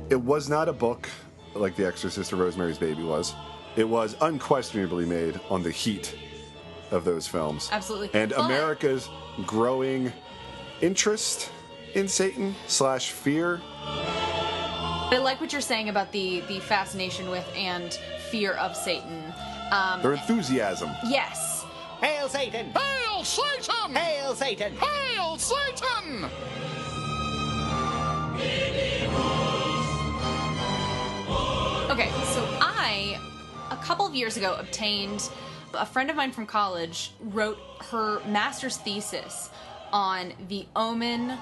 It was not a book like The Exorcist or Rosemary's Baby was. It was unquestionably made on the heat of those films.
Absolutely.
And
But-
America's growing interest in Satan slash fear
But I like what you're saying about the the fascination with and fear of Satan. Um,
their enthusiasm.
yes.
Hail Satan! Hail Satan! Hail Satan! Hail Satan!
Okay, so I, a couple of years ago, obtained a friend of mine from college wrote her master's thesis on the Omen,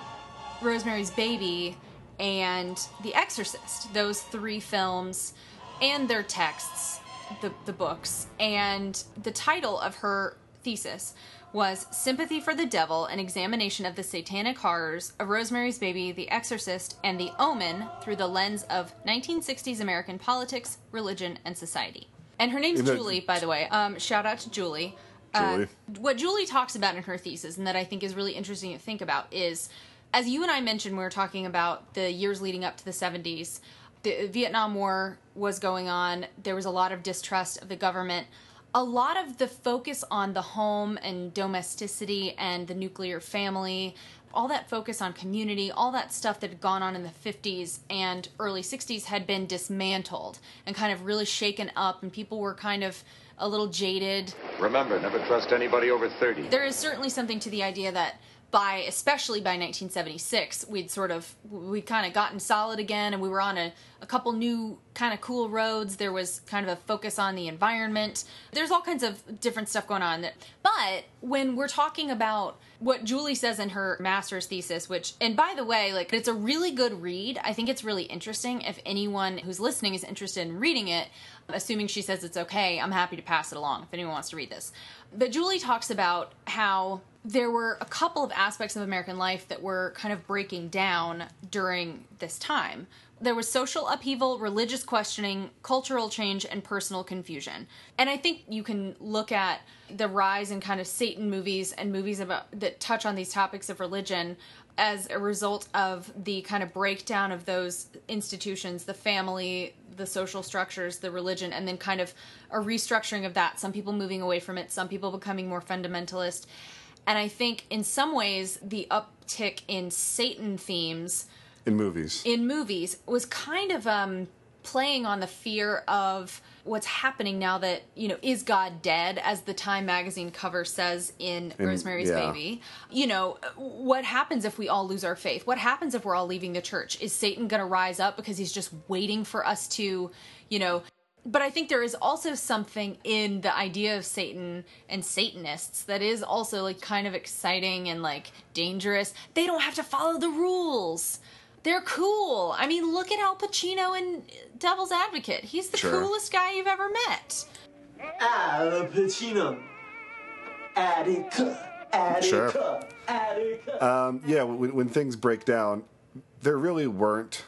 Rosemary's Baby, and The Exorcist. Those three films and their texts, the, the books. And the title of her thesis was Sympathy for the Devil An Examination of the Satanic Horrors of Rosemary's Baby, The Exorcist, and The Omen Through the Lens of 1960s American Politics, Religion, and Society. And her name's
Is that-
Julie, by the way. Um, shout out to Julie. Uh,
Julie.
what Julie talks about in her thesis, and that I think is really interesting to think about, is as you and I mentioned, we were talking about the years leading up to the 70s. The Vietnam War was going on, there was a lot of distrust of the government. A lot of the focus on the home and domesticity and the nuclear family, all that focus on community, all that stuff that had gone on in the 50s and early 60s had been dismantled and kind of really shaken up, and people were kind of a little jaded.
Remember, never trust anybody over 30.
There is certainly something to the idea that by especially by 1976 we'd sort of we'd kind of gotten solid again and we were on a, a couple new kind of cool roads there was kind of a focus on the environment there's all kinds of different stuff going on that, but when we're talking about what julie says in her master's thesis which and by the way like it's a really good read i think it's really interesting if anyone who's listening is interested in reading it assuming she says it's okay i'm happy to pass it along if anyone wants to read this but Julie talks about how there were a couple of aspects of American life that were kind of breaking down during this time. There was social upheaval, religious questioning, cultural change, and personal confusion. And I think you can look at the rise in kind of Satan movies and movies about that touch on these topics of religion as a result of the kind of breakdown of those institutions, the family, the social structures, the religion, and then kind of a restructuring of that. Some people moving away from it, some people becoming more fundamentalist. And I think in some ways, the uptick in Satan themes
in movies.
in movies was kind of um, playing on the fear of what's happening now that, you know, is God dead, as the Time magazine cover says in
In-
Rosemary's
yeah.
Baby? You know, what happens if we all lose our faith? What happens if we're all leaving the church? Is Satan going to rise up because he's just waiting for us to, you know, but I think there is also something in the idea of Satan and Satanists that is also like kind of exciting and like dangerous. They don't have to follow the rules. They're cool. I mean, look at Al Pacino in Devil's Advocate. He's the
Sure.
coolest guy you've ever met.
Al Pacino. Attica. Attica.
Sure.
Attica.
Um, yeah, when, when things break down, there really weren't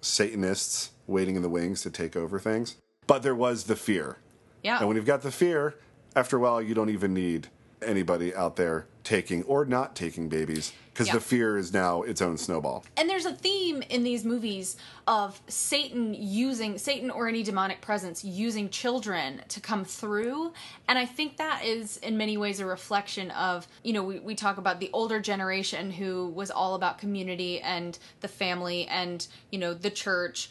Satanists waiting in the wings to take over things, but there was the fear.
Yeah.
And when you've got the fear, after a while, you don't even need anybody out there taking or not taking babies because
Yeah.
the fear is now its own snowball.
And there's a theme in these movies of Satan using Satan or any demonic presence using children to come through. And I think that is in many ways a reflection of, you know, we, we talk about the older generation who was all about community and the family and, you know, the church.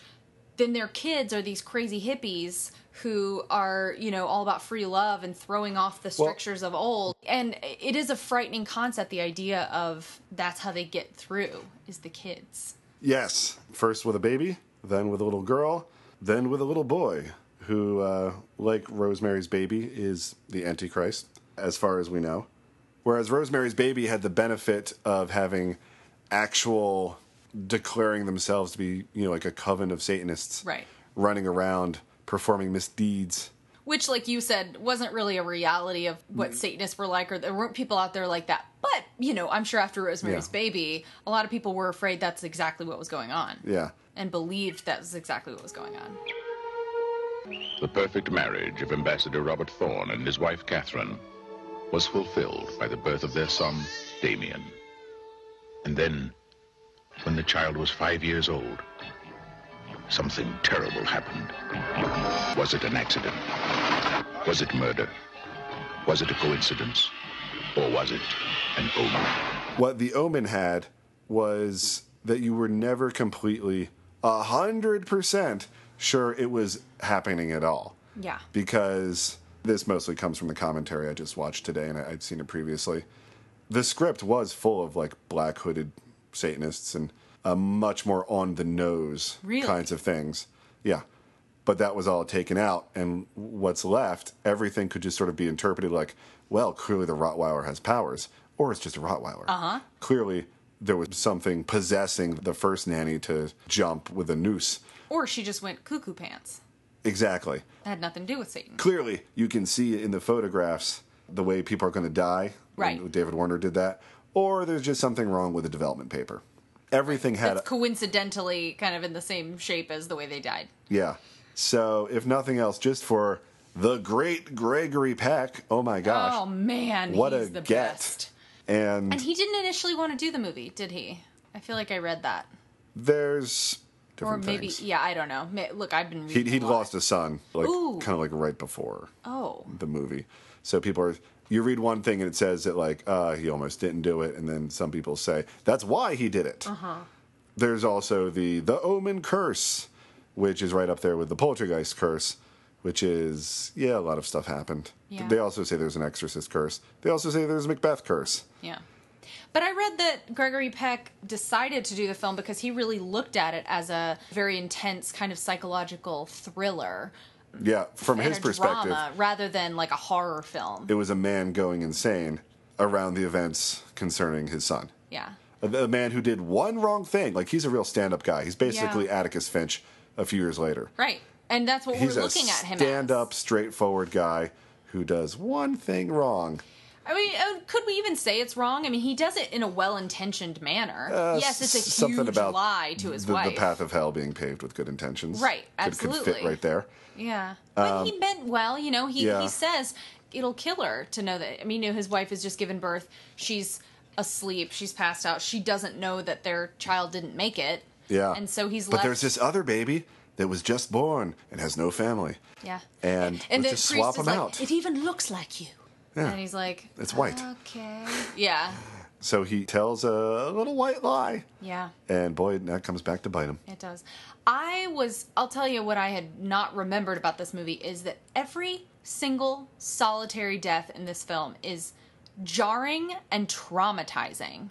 Then their kids are these crazy hippies who are, you know, all about free love and throwing off the
Well-
strictures of old. And it is a frightening concept, the idea of that's how they get through is the kids.
Yes, first with a baby, then with a little girl, then with a little boy who, uh, like Rosemary's Baby, is the Antichrist, as far as we know. Whereas Rosemary's Baby had the benefit of having actual declaring themselves to be, you know, like a coven of Satanists
Right.
running around performing misdeeds.
Which, like you said, wasn't really a reality of what
Mm.
Satanists were like, or there weren't people out there like that. But, you know, I'm sure after Rosemary's
Yeah.
Baby, a lot of people were afraid that's exactly what was going on
Yeah.
and believed that was exactly what was going on.
The perfect marriage of Ambassador Robert Thorne and his wife Catherine was fulfilled by the birth of their son, Damien. And then, when the child was five years old, something terrible happened. Was it an accident? Was it murder? Was it a coincidence? Or was it an omen?
What the omen had was that you were never completely a hundred percent sure it was happening at all.
Yeah.
Because this mostly comes from the commentary I just watched today and I- I'd seen it previously. The script was full of like black hooded Satanists and uh, much more on the nose
Really?
kinds of things. Yeah. But that was all taken out. And what's left, everything could just sort of be interpreted like, well, clearly the Rottweiler has powers, or it's just a Rottweiler
Uh huh.
clearly there was something possessing the first nanny to jump with a noose.
Or she just went cuckoo pants.
Exactly.
That had nothing to do with Satan.
Clearly, you can see in the photographs the way people are going to die.
Right.
And David Warner did that. Or there's just something wrong with the development paper. Everything had.
That's coincidentally kind of in the same shape as the way they died.
yeah. So, if nothing else, just for the great Gregory Peck, oh my gosh.
Oh, man,
What
he's
a
the
get.
best.
And,
And he didn't initially want to do the movie, did he? I feel like I read that.
there's
or
different
maybe,
things.
yeah, I don't know. May- Look, I've been
He'd,
reading.
he'd lost a son, like
Ooh.
kind of like right before.
oh,
the movie. So people are you read one thing and it says that like uh, he almost didn't do it, and then some people say that's why he did it.
Uh
Uh-huh.
huh.
There's also the the Omen curse, which is right up there with the Poltergeist curse, which is yeah a lot of stuff happened.
Yeah.
They also say there's an Exorcist curse. They also say there's a Macbeth curse.
yeah. But I read that Gregory Peck decided to do the film because he really looked at it as a very intense kind of psychological thriller.
Yeah, from
and
his
a
perspective,
drama rather than like a horror film.
it was a man going insane around the events concerning his son.
Yeah.
A- A man who did one wrong thing. Like, he's a real stand up guy. He's basically
Yeah.
Atticus Finch a few years later.
Right. And that's what
He's
we're
a
looking at him as.
stand up, straightforward guy who does one thing wrong.
I mean, uh, could we even say it's wrong? I mean, he does it in a well-intentioned manner.
Uh,
yes, it's a
s-
huge lie to his
the,
wife.
The path of hell being paved with good intentions.
Right,
Could- Could fit
absolutely.
right there.
Yeah. But
Um,
he meant well, you know, he,
yeah.
he says it'll kill her to know that I mean, you know, his wife has just given birth, she's asleep, she's passed out, she doesn't know that their child didn't make it.
Yeah.
And so he's
But
left
there's this other baby that was just born and has no family.
Yeah.
And,
And the
let's just
priest
swap
is
him
like,
out.
It even looks like you.
Yeah.
And he's like
It's white.
Okay. Yeah.
So he tells a little white lie.
Yeah.
And boy, that comes back to bite him.
It does. I was, I'll tell you what I had not remembered about this movie is that every single solitary death in this film is jarring and traumatizing.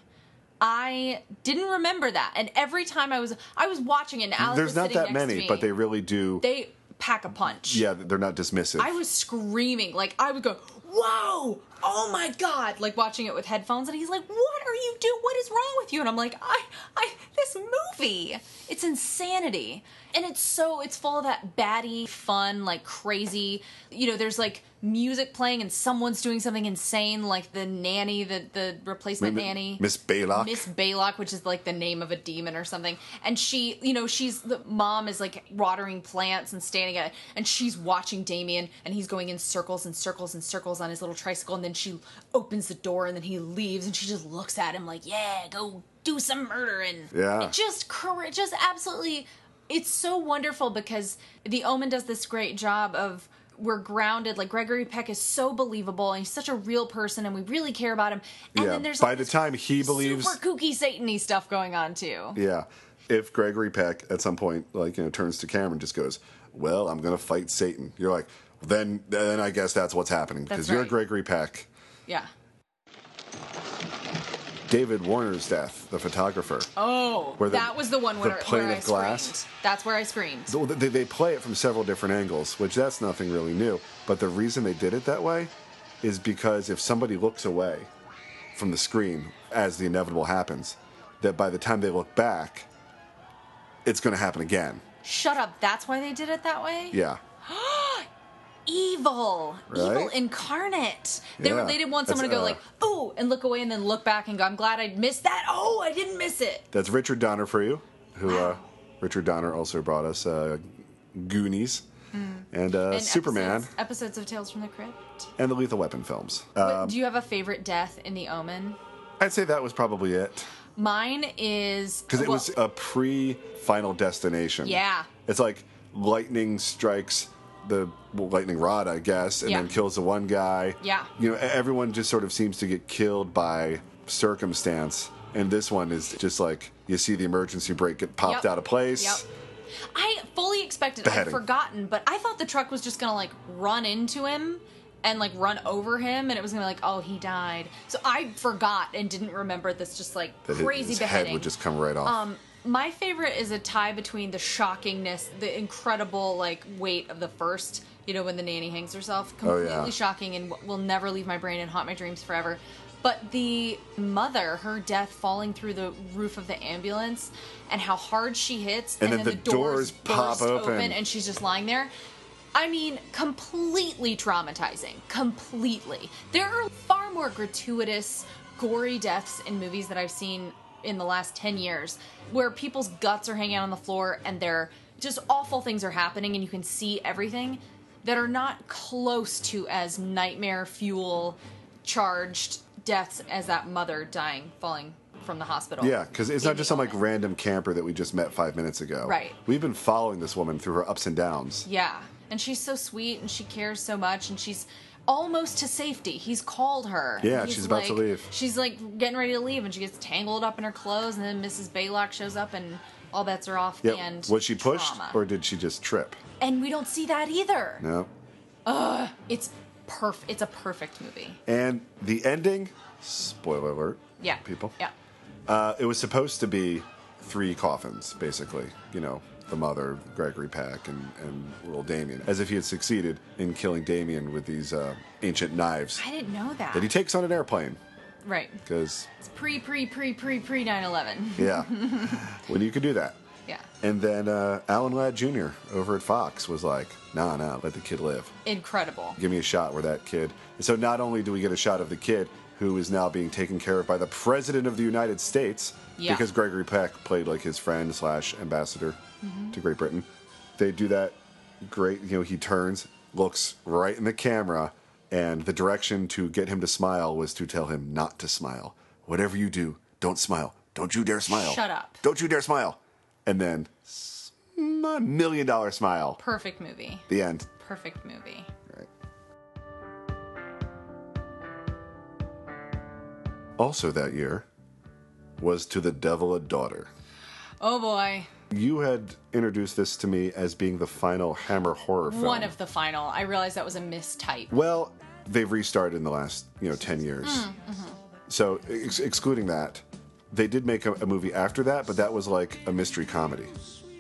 I didn't remember that. And every time I was, I was watching it and Alex was
There's not
sitting
that
next to
many,
me.
but they really do
They pack a punch.
Yeah, they're not dismissive.
I was screaming. Like, I would go, whoa, oh my God. Like, watching it with headphones. And he's like, what are you doing? What is wrong with you? And I'm like, I, I, this movie, it's insanity. And it's so, it's full of that batty, fun, like crazy, you know, there's like music playing and someone's doing something insane, like the nanny, the, the replacement
Mi-
nanny.
Miss Baylock.
Miss Baylock, which is like the name of a demon or something. And she, you know, she's the mom is like watering plants and standing at it, and she's watching Damien, and he's going in circles and circles and circles on his little tricycle, and then she opens the door, and then he leaves, and she just looks at him like, yeah, go do some murdering.
Yeah.
It just, cor- just absolutely, it's so wonderful because The Omen does this great job of we're grounded. Like Gregory Peck is so believable, and he's such a real person, and we really care about him. And
yeah.
then there's
By
like
the
this
time he believes,
super kooky satany stuff going on too.
yeah. If Gregory Peck at some point, like you know, turns to Cameron, and just goes, "Well, I'm going to fight Satan," you're like, "Then, then I guess that's what's happening because
That's
you're
right.
Gregory Peck."
Yeah.
David Warner's death, the photographer.
Oh,
Where the-
that was the one
the
where,
plane
where I
of glass.
screamed. That's where I screamed.
So They, they play it from several different angles, which that's nothing really new. But the reason they did it that way is because if somebody looks away from the screen as the inevitable happens, that by the time they look back, it's going to happen again.
Shut up. That's why they did it that way.
Yeah.
Evil, evil
Right?
incarnate. They were
Yeah.
they didn't want someone
That's,
to go
uh,
like, oh, and look away, and then look back and go, I'm glad I missed that. Oh, I didn't miss it.
That's Richard Donner for you, who uh, Richard Donner also brought us uh, Goonies and, uh,
Mm. And
Superman
episodes, episodes of Tales from the Crypt.
and the Lethal Weapon films.
What-
Um,
Do you have a favorite death in The Omen?
I'd say that was probably it.
Mine is
Because it
well,
was a pre Final Destination.
Yeah.
It's like lightning strikes the well, lightning rod, I guess, and
Yeah.
then kills the one guy.
Yeah.
You know, e- everyone just sort of seems to get killed by circumstance. And this one is just like you see the emergency brake get popped
Yep.
out of place.
Yep. I fully expected. I'd
Beheading.
forgotten, but I thought the truck was just gonna like run into him and like run over him, and it was gonna be like, oh, he died. So I forgot and didn't remember this just like
That his-
crazy
his
beheading.
head would just come right off.
Um, my favorite is a tie between the shockingness, the incredible like weight of the first. You know, when the nanny hangs herself,
Oh,
completely
yeah.
shocking and w- will never leave my brain and haunt my dreams forever. But the mother, her death falling through the roof of the ambulance, and how hard she hits,
And then the doors pop
burst
open.
and she's just lying there. I mean, completely traumatizing. Completely. There are far more gratuitous, gory deaths in movies that I've seen in the last 10 years where people's guts are hanging out on the floor and they're just awful things are happening and you can see everything that are not close to as nightmare fuel charged deaths as that mother dying, falling from the hospital.
Yeah, because it's not just some like random camper that we just met five minutes ago.
Right.
We've been following this woman through her ups and downs.
Yeah. And she's so sweet and she cares so much and she's almost to safety. He's called her.
Yeah,
He's
she's about to
like-
leave.
She's like getting ready to leave and she gets tangled up in her clothes and then Mrs. Baylock shows up and all bets are off
Yeah.
and
was she pushed
trauma.
or did she just trip?
and we don't see that either.
No.
Ugh, it's perf it's a perfect movie.
And the ending, spoiler alert,
Yeah.
people.
Yeah.
Uh, it was supposed to be three coffins, basically. You know, the mother, Gregory Peck, and, and little Damien, as if he had succeeded in killing Damien with these uh, ancient knives
I didn't know that.
that he takes on an airplane.
right.
Because,
It's pre pre pre pre pre 9/11.
yeah, when you could do that.
yeah.
And then uh, Alan Ladd Jr. over at Fox was like, nah, nah, let the kid live.
Incredible.
Give me a shot where that kid. And so not only do we get a shot of the kid who is now being taken care of by the president of the United States,
Yeah.
because Gregory Peck played like his friend slash ambassador
Mhm.
Mm-hmm.
to Great Britain. They do that great. You know, he turns, looks right in the camera, and the direction to get him to smile was to tell him not to smile. Whatever you do, don't smile. Don't you dare smile.
Shut up.
Don't you dare smile. And then sm- a million dollar smile.
Perfect movie.
The end.
Perfect movie.
Also that year was To the Devil a Daughter.
Oh boy.
You had introduced this to me as being the final Hammer horror film.
One of the final. I realized that was a mistype.
Well, they've restarted in the last, you know, 10 years.
Mm, mm-hmm.
So, ex- excluding that, they did make a, a movie after that, but that was like a mystery comedy.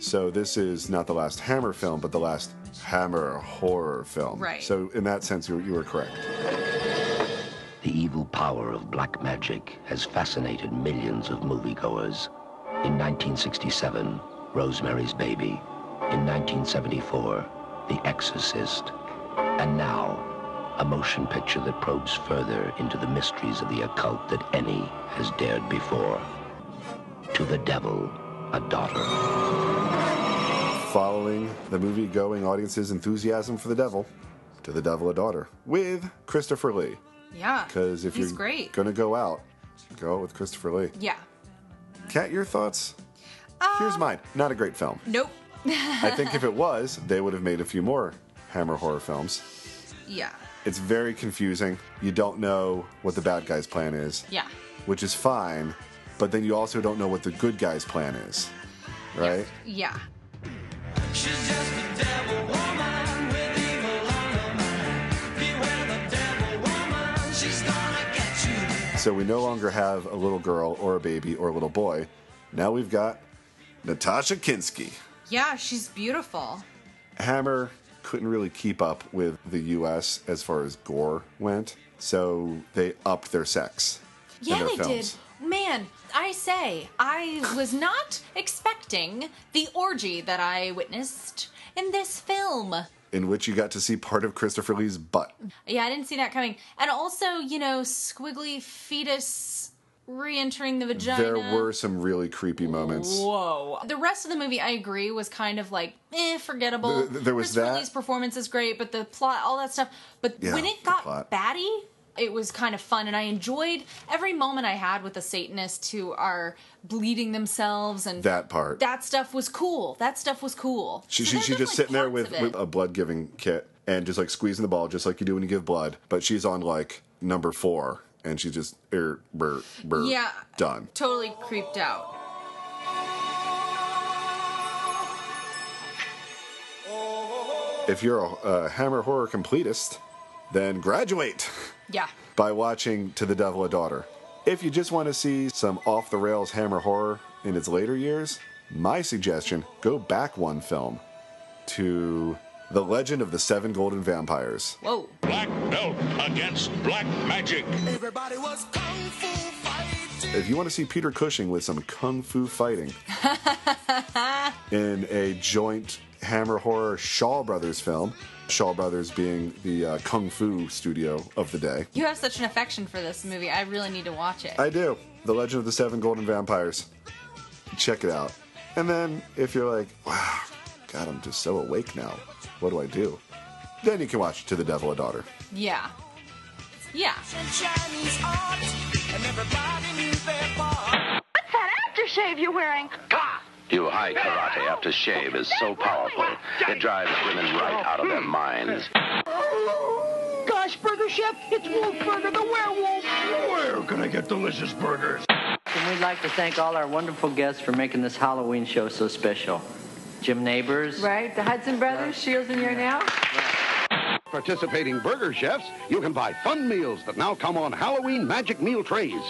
So, this is not the last Hammer film, but the last Hammer horror film.
Right.
So in that sense, you, you were correct.
The evil power of black magic has fascinated millions of moviegoers. In 1967, Rosemary's Baby. In 1974, The Exorcist. And now, a motion picture that probes further into the mysteries of the occult that any has dared before. To the Devil, a Daughter.
Following the movie going audience's enthusiasm for the devil, to the devil a daughter with Christopher Lee.
Yeah.
Because if
he's
you're
great.
gonna go out, go out with Christopher Lee.
Yeah. Um,
Kat, your thoughts? Here's mine. Not a great film.
Nope.
I think if it was, they would have made a few more Hammer horror films.
Yeah.
It's very confusing. You don't know what the bad guy's plan is,
Yeah.
which is fine, but then you also don't know what the good guy's plan is, right?
Yeah.
So we no longer have a little girl or a baby or a little boy. Now we've got Natasha Kinsky.
Yeah, she's beautiful.
Hammer couldn't really keep up with the US as far as gore went, so they upped their sex. in
Yeah,
their
they
films.
did. Man, I say, I was not expecting the orgy that I witnessed in this film.
In which you got to see part of Christopher Lee's butt.
Yeah, I didn't see that coming. And also, you know, squiggly fetus re entering the vagina.
There were some really creepy moments.
Whoa. The rest of the movie, I agree, was kind of like, eh, forgettable.
Th- th- there was
Christopher
that.
Lee's performance is great, but the plot, all that stuff. But
Yeah,
when it
the
got
plot.
batty, it was kind of fun, and I enjoyed every moment I had with the Satanists who are bleeding themselves and
That part.
That stuff was cool. That stuff was cool.
She,
So
she,
there's
she's just
definitely
sitting there
parts
with,
of it.
with a blood giving kit and just like squeezing the ball, just like you do when you give blood. But she's on like number four and she's just er, brr, brr,
Yeah.
done.
totally creeped out.
If you're a, a Hammer horror completist, then graduate
Yeah.
by watching To the Devil a Daughter. If you just want to see some off the rails Hammer horror in its later years, my suggestion go back one film to The Legend of the Seven Golden Vampires.
Whoa.
Black belt against black magic.
Everybody was kung fu
If you want to see Peter Cushing with some kung fu fighting in a joint Hammer Horror Shaw Brothers film, Shaw Brothers being the uh, kung fu studio of the day,
You have such an affection for this movie. I really need to watch it.
I do. The Legend of the Seven Golden Vampires. Check it out. And then if you're like, wow, God, I'm just so awake now. What do I do? Then you can watch To the Devil a Daughter.
Yeah. Yeah.
Chinese art, and everybody knew their bar.
What's that aftershave you're wearing?
You high karate after shave is so powerful, it drives women right out of their minds.
Gosh, Burger Chef, it's Wolfburger the werewolf. Where can I get delicious burgers?
And we'd like to thank all our wonderful guests for making this Halloween show so special. Jim Neighbors.
Right, the Hudson Brothers, Shields and your now.
Participating burger chefs, you can buy fun meals that now come on Halloween magic meal trays.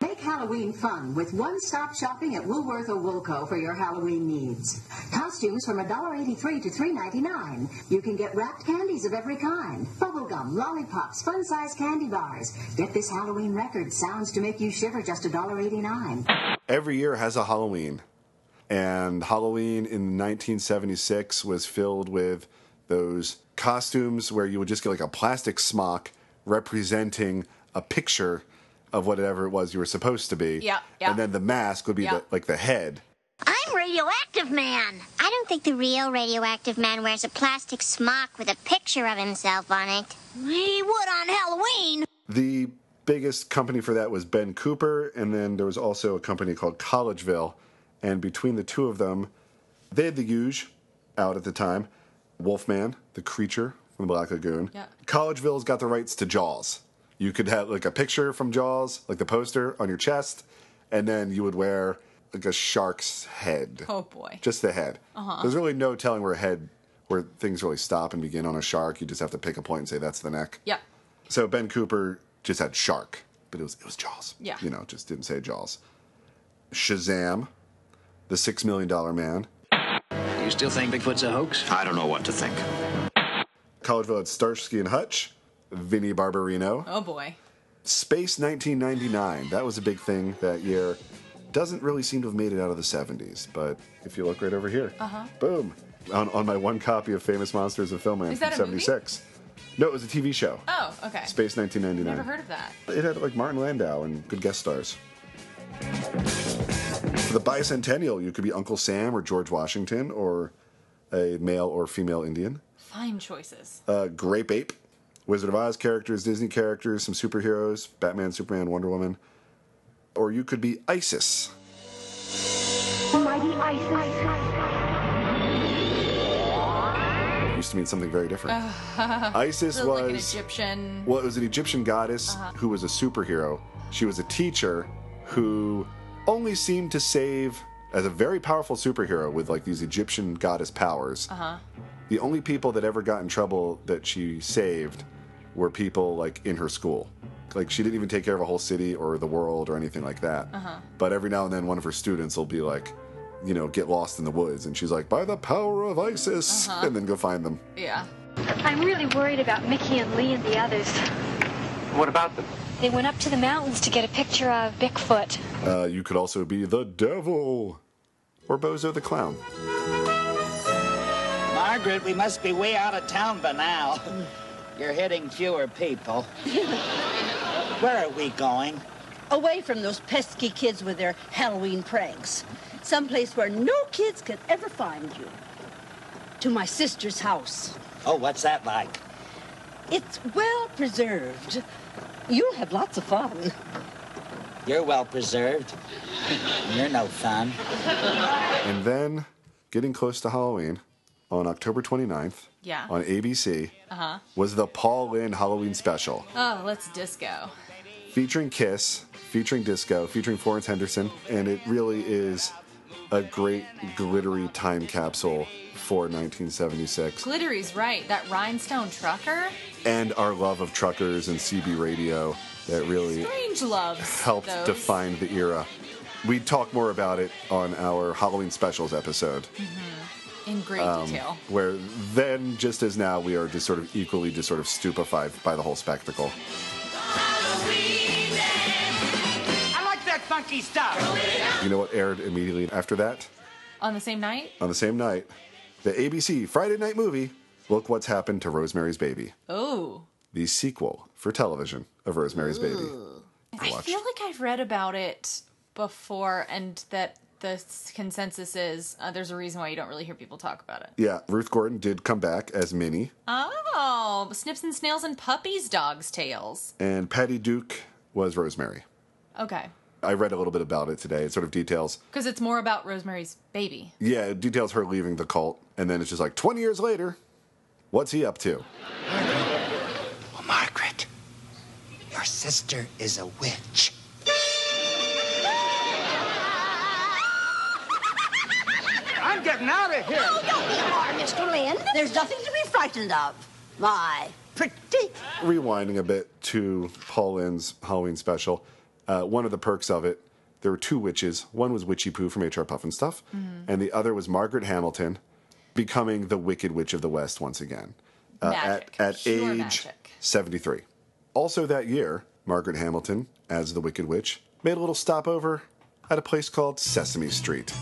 Make Halloween fun with one-stop shopping at Woolworth or Woolco for your Halloween needs. Costumes from $1.83 to $3.99. You can get wrapped candies of every kind, bubblegum, lollipops, fun-size candy bars. Get this Halloween record, sounds to make you shiver, just $1.89.
every year has a Halloween. And Halloween in 1976 was filled with those costumes where you would just get like a plastic smock representing a picture of whatever it was you were supposed to be.
Yeah, yeah.
And then the mask would be
Yeah.
the, like the head.
I'm Radioactive Man. I don't think the real Radioactive Man wears a plastic smock with a picture of himself on it. He would on Halloween.
The biggest company for that was Ben Cooper, and then there was also a company called Collegeville. And between the two of them, they had the huge out at the time. Wolfman, the creature from the Black Lagoon.
Yeah.
Collegeville's got the rights to Jaws. You could have like a picture from Jaws, like the poster on your chest, and then you would wear like a shark's head.
Oh boy.
Just the head.
Uh-huh.
There's really no telling where head where things really stop and begin on a shark. You just have to pick a point and say that's the neck.
Yeah.
So Ben Cooper just had Shark, but it was it was Jaws.
Yeah.
You know, just didn't say Jaws. Shazam, the six million dollar man.
You still think Bigfoot's a hoax? I don't know what to think.
Collegeville had Starsky and Hutch, Vinnie Barbarino.
Oh boy.
Space 1999. That was a big thing that year. Doesn't really seem to have made it out of the 70s, but if you look right over here,
Uh-huh.
boom, on, on my one copy of Famous Monsters of Filmland
Is that
from
a movie?
76. No, it was a TV show.
Oh, okay.
Space 1999.
Never heard of that.
It had like Martin Landau and good guest stars. For the bicentennial, you could be Uncle Sam or George Washington or a male or female Indian.
Fine choices.
Uh, Grape Ape, Wizard of Oz characters, Disney characters, some superheroes, Batman, Superman, Wonder Woman. Or you could be ISIS.
Mighty
It used to mean something very different. ISIS
So like an
was-
Egyptian.
Well, it was an Egyptian goddess
Mm-hmm. Uh-huh.
who was a superhero. She was a teacher who only seemed to save as a very powerful superhero with like these Egyptian goddess powers.
Uh huh.
The only people that ever got in trouble that she saved were people like in her school. Like she didn't even take care of a whole city or the world or anything like that.
Uh huh.
But every now and then, one of her students will be like, you know, get lost in the woods, and she's like, by the power of ISIS,
Uh-huh.
and then go find them.
Yeah. I'm really worried about Mickey and Lee and the others.
What about them?
They went up to the mountains to get a picture of Bigfoot.
Uh, you could also be the devil or Bozo the Clown.
Margaret, we must be way out of town by now. You're hitting fewer people. Where are we going?
Away from those pesky kids with their Halloween pranks. Someplace where no kids could ever find you. To my sister's house.
Oh, what's that like?
It's well preserved. You'll have lots of fun.
You're well preserved. You're no fun.
And then, getting close to Halloween, on October 29th,
Yeah.
on ABC,
Uh huh.
was the Paul Lynn Halloween special.
Oh, let's disco.
featuring Kiss, featuring Disco, featuring Florence Henderson, and it really is a great glittery time capsule for 1976
Glittery's right. That rhinestone trucker.
and our love of truckers and CB radio that really
Strange loves.
helped
those.
define the era. We talk more about it on our Halloween specials episode.
in great
um,
detail.
Where then, just as now, we are just sort of equally just sort of stupefied by the whole spectacle.
I like that funky stuff.
You know what aired immediately after that?
On the same night.
On the same night, the ABC Friday night movie, Look What's Happened to Rosemary's Baby,
Oh.
the sequel for television of Rosemary's Baby.
I
watched.
feel like I've read about it before, and that the s- consensus is uh, there's a reason why you don't really hear people talk about it.
Yeah, Ruth Gordon did come back as Minnie,
Oh, snips and snails and puppies, dogs' tails.
and Patty Duke was Rosemary.
Okay,
I read a little bit about it today. It sort of details,
because it's more about Rosemary's Baby.
yeah, it details her leaving the cult, and then it's just like 20 years later, what's he up to?
Well, Margaret, your sister is a witch.
I'm getting out of here. Oh, don't be hard, Mr. Lynn. There's nothing to be frightened of. My pretty.
Rewinding a bit to Paul Lynn's Halloween special, uh, one of the perks of it, there were two witches. One was Witchy Pooh from H.R. Puff and Stuff,
Mhm.
and the other was Margaret Hamilton, becoming the Wicked Witch of the West once again uh,
Magic.
at, at
Pure
age
magic.
73. Also that year, Margaret Hamilton, as the Wicked Witch, made a little stopover at a place called Sesame Street.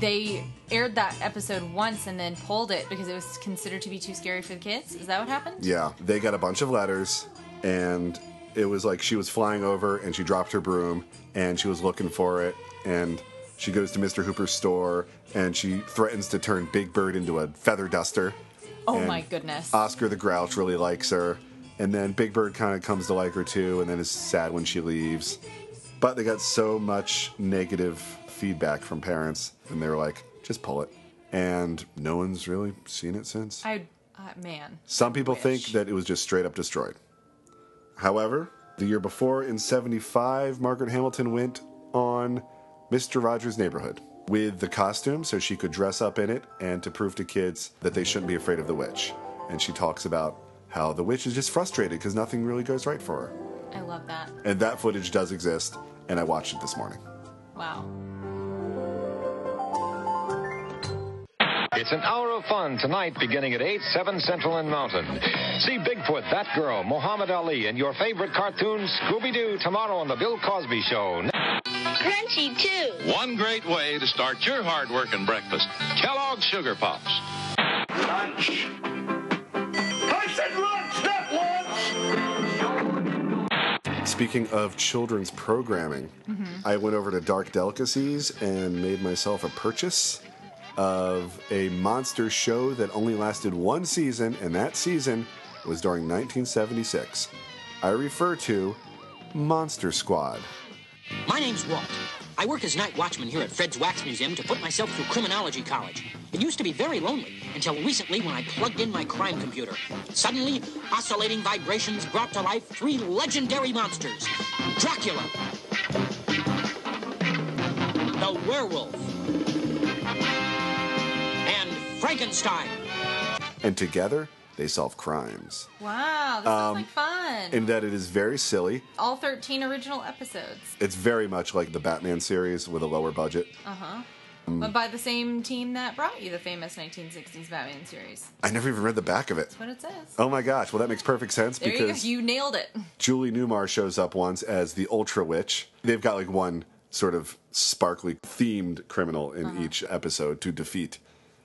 They aired that episode once and then pulled it because it was considered to be too scary for the kids. Is that what happened?
Yeah, they got a bunch of letters, and it was like she was flying over and she dropped her broom and she was looking for it. And she goes to Mr. Hooper's store and she threatens to turn Big Bird into a feather duster.
Oh
And
my goodness.
Oscar the Grouch really likes her. And then Big Bird kind of comes to like her too, and then is sad when she leaves. But they got so much negative feedback from parents, and they were like, just pull it. And no one's really seen it since.
I uh, man.
Some people think that it was just straight up destroyed. However, the year before, in 75, Margaret Hamilton went on Mr. Rogers' Neighborhood with the costume so she could dress up in it and to prove to kids that they shouldn't be afraid of the witch. And she talks about how the witch is just frustrated because nothing really goes right for her.
I love that.
And that footage does exist, and I watched it this morning.
Wow.
It's an hour of fun tonight beginning at 8, 7 Central and Mountain. See Bigfoot, That Girl, Muhammad Ali, and your favorite cartoon, Scooby Doo, tomorrow on The Bill Cosby Show.
Crunchy, too.
One great way to start your hard work and breakfast Kellogg's Sugar Pops.
Lunch. I said lunch, not
Speaking of children's programming,
Mm-hmm.
Mhm.
I went over to Dark Delicacies and made myself a purchase of a monster show that only lasted one season, and that season was during 1976. I refer to Monster Squad.
My name's Walt. I work as night watchman here at Fred's Wax Museum to put myself through criminology college. It used to be very lonely until recently when I plugged in my crime computer. Suddenly, oscillating vibrations brought to life three legendary monsters Dracula, the werewolf, and Frankenstein.
And together, they solve crimes.
Wow,
Um,
this sounds like fun.
In that it is very silly.
All 13 original episodes.
It's very much like the Batman series with a lower budget.
Uh huh.
Mm.
But by the same team that brought you the famous 1960s Batman series.
I never even read the back of it.
That's what it says.
Oh my gosh, well, that makes perfect sense
There you go.
because.
You nailed it.
Julie Newmar shows up once as the Ultra Witch. They've got like one sort of sparkly themed criminal in each episode to defeat.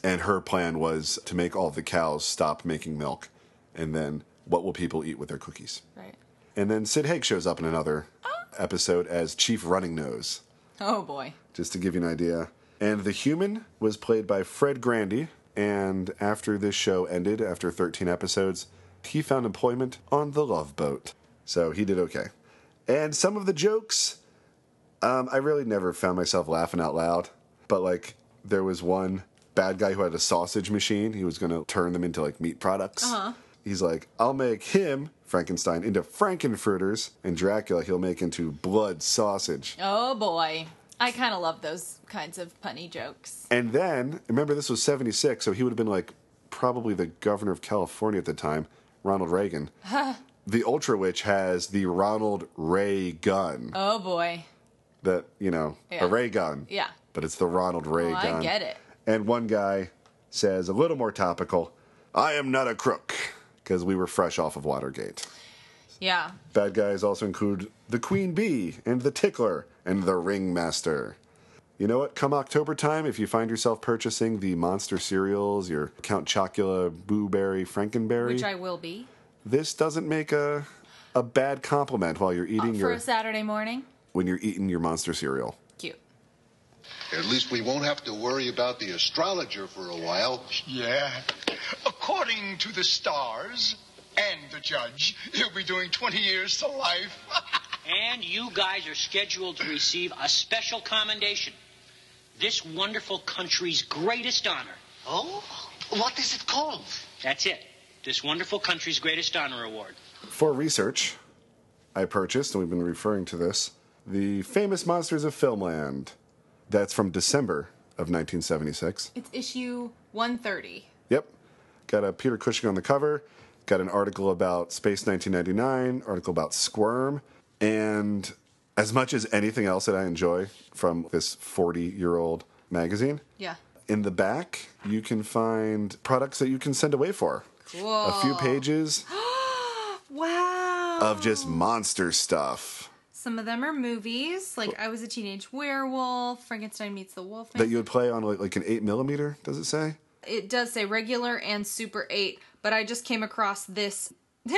And her plan was to make all the cows stop making milk. And then what will people eat with their cookies?
Right.
And then Sid Haig shows up in another episode as Chief Running Nose,
Oh boy.
just to give you an idea. And the human was played by Fred Grandy. And after this show ended, after 13 episodes, he found employment on the Love Boat. So he did okay. And some of the jokes, um, I really never found myself laughing out loud. But like, there was one bad guy who had a sausage machine. He was going to turn them into like meat products.
Uh-huh.
He's like, I'll make him, Frankenstein, into Frankenfurters, and Dracula he'll make into blood sausage.
Oh boy. I kind of love those kinds of punny jokes.
And then, remember, this was 76, so he would have been like probably the governor of California at the time, Ronald Reagan. The Ultra Witch has the Ronald Ray gun
oh boy.
that, you know,
Yeah.
a ray gun,
Yeah.
but it's the Ronald Ray
Oh, I
gun.
get it.
And one guy says, a little more topical, I am not a crook, because we were fresh off of Watergate.
Yeah.
Bad guys also include the Queen Bee and the Tickler and the Ringmaster. You know what? Come October time, if you find yourself purchasing the monster cereals, your Count Chocula, Boo Berry, Frankenberry,
Which I will be.
this doesn't make a a bad compliment while you're eating
Uh, For
your
a Saturday morning.
when you're eating your monster cereal.
Cute.
At least we won't have to worry about the astrologer for a while.
Yeah. According to the stars and the judge, he'll be doing 20 years to life.
And you guys are scheduled to receive a special commendation. This wonderful country's greatest honor. Oh? What is it called? That's it. This wonderful country's greatest honor award.
For research, I purchased, and we've been referring to this, the famous monsters of Filmland. That's from December of 1976.
It's issue 130.
Yep. Got a Peter Cushing on the cover. Got an article about Space 1999, article about Squirm, and as much as anything else that I enjoy from this 40-year-old magazine,
Yeah.
in the back you can find products that you can send away for.
Cool.
A few pages
Wow.
of just monster stuff
Some of them are movies, like I Was a Teenage Werewolf, Frankenstein Meets the Wolfman.
that you would play on like, like an 8 millimeter, does it say?
It does say regular and Super 8, but I just came across this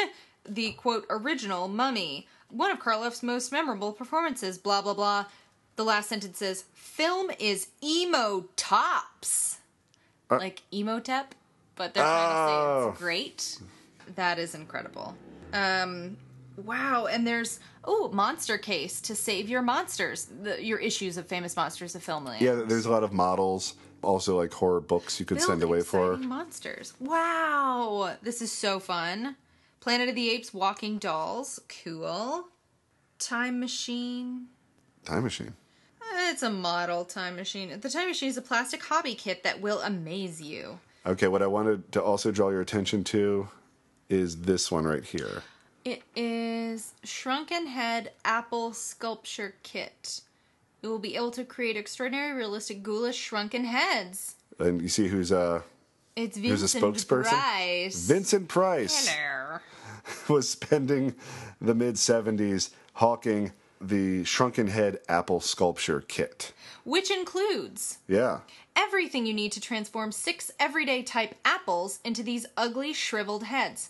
the quote original mummy, one of Karloff's most memorable performances, blah blah blah. The last sentence says, film is emo tops.
Uh,
like emotep, but they're trying to say
Oh.
it's great. That is incredible. Um wow, and there's oh, monster case to save your monsters, the, your issues of famous monsters of filmland.
Yeah, there's a lot of models, also like horror books you could
Build
send away for.
Exciting monsters. Wow, this is so fun. Planet of the Apes, Walking Dolls, cool. Time Machine.
Time machine.
Eh, It's a model time machine. The time machine is a plastic hobby kit that will amaze you.
Okay, what I wanted to also draw your attention to is this one right here.
It is Shrunken Head Apple Sculpture Kit. You will be able to create extraordinary, realistic, ghoulish shrunken heads.
And you see who's uh
It's
who's
Vincent
a spokesperson?
Price.
Vincent Price
Hello.
was spending the mid '70s hawking the shrunken head apple sculpture kit.
Which includes
Yeah,
everything you need to transform six everyday type apples into these ugly shriveled heads.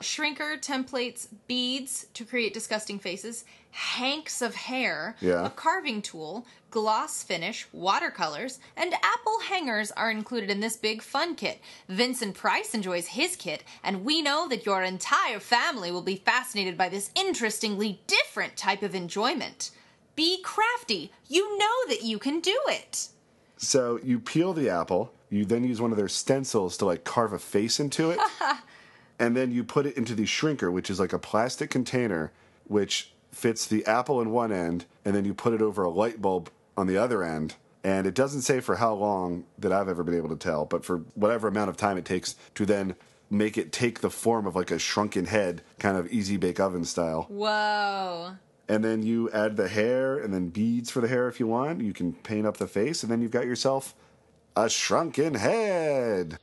Shrinker, templates, beads to create disgusting faces, hanks of hair,
Yeah.
a carving tool, gloss finish, watercolors, and apple hangers are included in this big fun kit. Vincent Price enjoys his kit, and we know that your entire family will be fascinated by this interestingly different type of enjoyment. Be crafty. You know that you can do it.
So you peel the apple, you then use one of their stencils to like carve a face into it, and then you put it into the shrinker, which is like a plastic container which fits the apple in one end, and then you put it over a light bulb on the other end. And it doesn't say for how long that I've ever been able to tell, but for whatever amount of time it takes to then make it take the form of like a shrunken head, kind of easy bake oven style
Whoa.
and then you add the hair and then beads for the hair if you want. You can paint up the face, and then you've got yourself a shrunken head.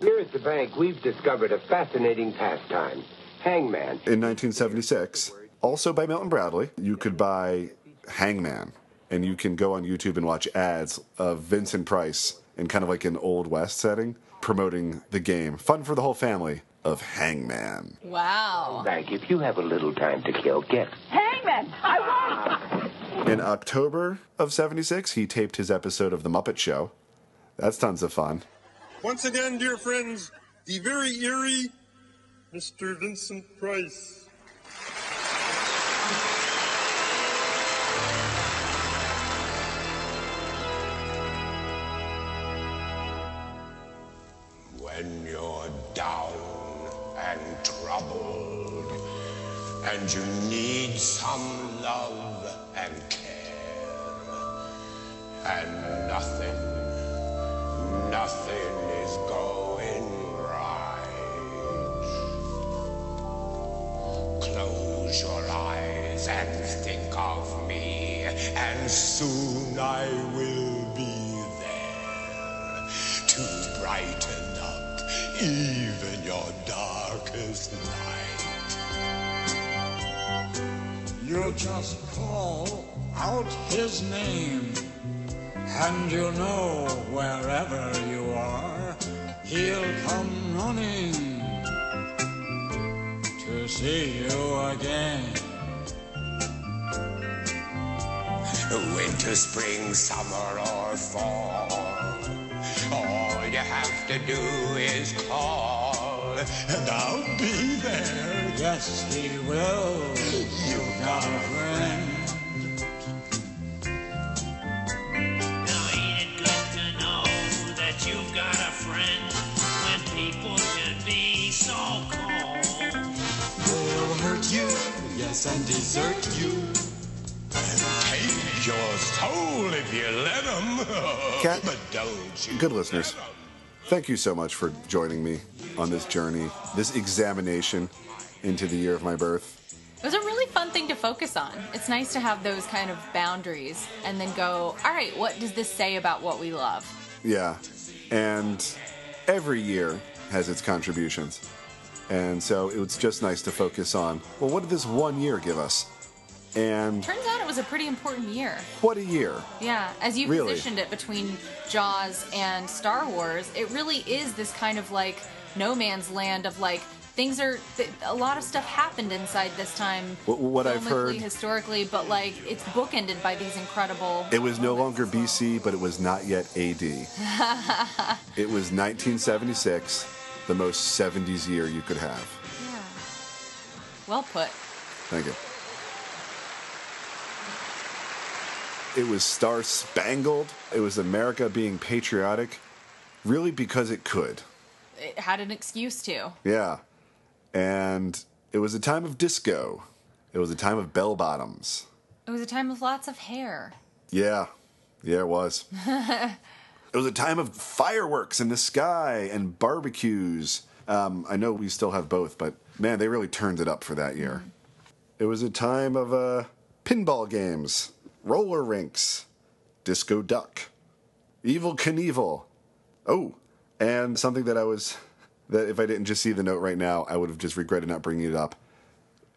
Here at the bank, we've discovered a fascinating pastime hangman.
In 1976, also by Milton Bradley, you could buy Hangman, and you can go on YouTube and watch ads of Vincent Price in kind of like an old west setting promoting the game. Fun for the whole family of Hangman.
Wow.
Bank, if you have a little time to kill, get.
Hangman, I won't.
In October of 76, he taped his episode of The Muppet Show. That's tons of fun.
Once again, dear friends, the very eerie Mr. Vincent Price.
When you're down and troubled, and you need some love and care, and nothing, nothing is going right. Close your eyes and think of me, and soon I will be there to brighten up even your darkest night.
You just call out his name, and you know wherever you are, he'll come running to see you again.
Winter, spring, summer, or fall. All you have to do is call, and I'll be there.
Yes, he will. You've got a friend.
Now ain't it good to know that you've got a friend when people should be so cold?
They'll hurt you, yes, and desert you.
Take your soul if you let 'em.
Cat-
but don't you.
Good listeners, thank you so much for joining me on this journey, this examination into the year of my birth.
It was a really fun thing to focus on. It's nice to have those kind of boundaries and then go, all right, what does this say about what we love?
Yeah. And every year has its contributions. And so it was just nice to focus on well, what did this one year give us? And
Turns out it was a pretty important year.
what a year.
Yeah, as you
Really?
positioned it between Jaws and Star Wars, it really is this kind of like no man's land of like things are th- a lot of stuff happened inside this time.
What, what I've
filmically,
heard,
historically, but like it's bookended by these incredible.
it was no longer BC, but it was not yet AD.
yeah.
It was 1976, the most 70s year you could have.
Well put.
Thank you. It was star spangled. It was America being patriotic, really because it could.
It had an excuse to.
Yeah. And it was a time of disco. It was a time of bell bottoms.
It was a time of lots of hair.
Yeah. Yeah, it was. It was a time of fireworks in the sky and barbecues. Um, I know we still have both, but man, they really turned it up for that year. It was a time of uh, pinball games, roller rinks, Disco Duck, Evil Knievel, Oh, and something that I was that if I didn't just see the note right now, I would have just regretted not bringing it up.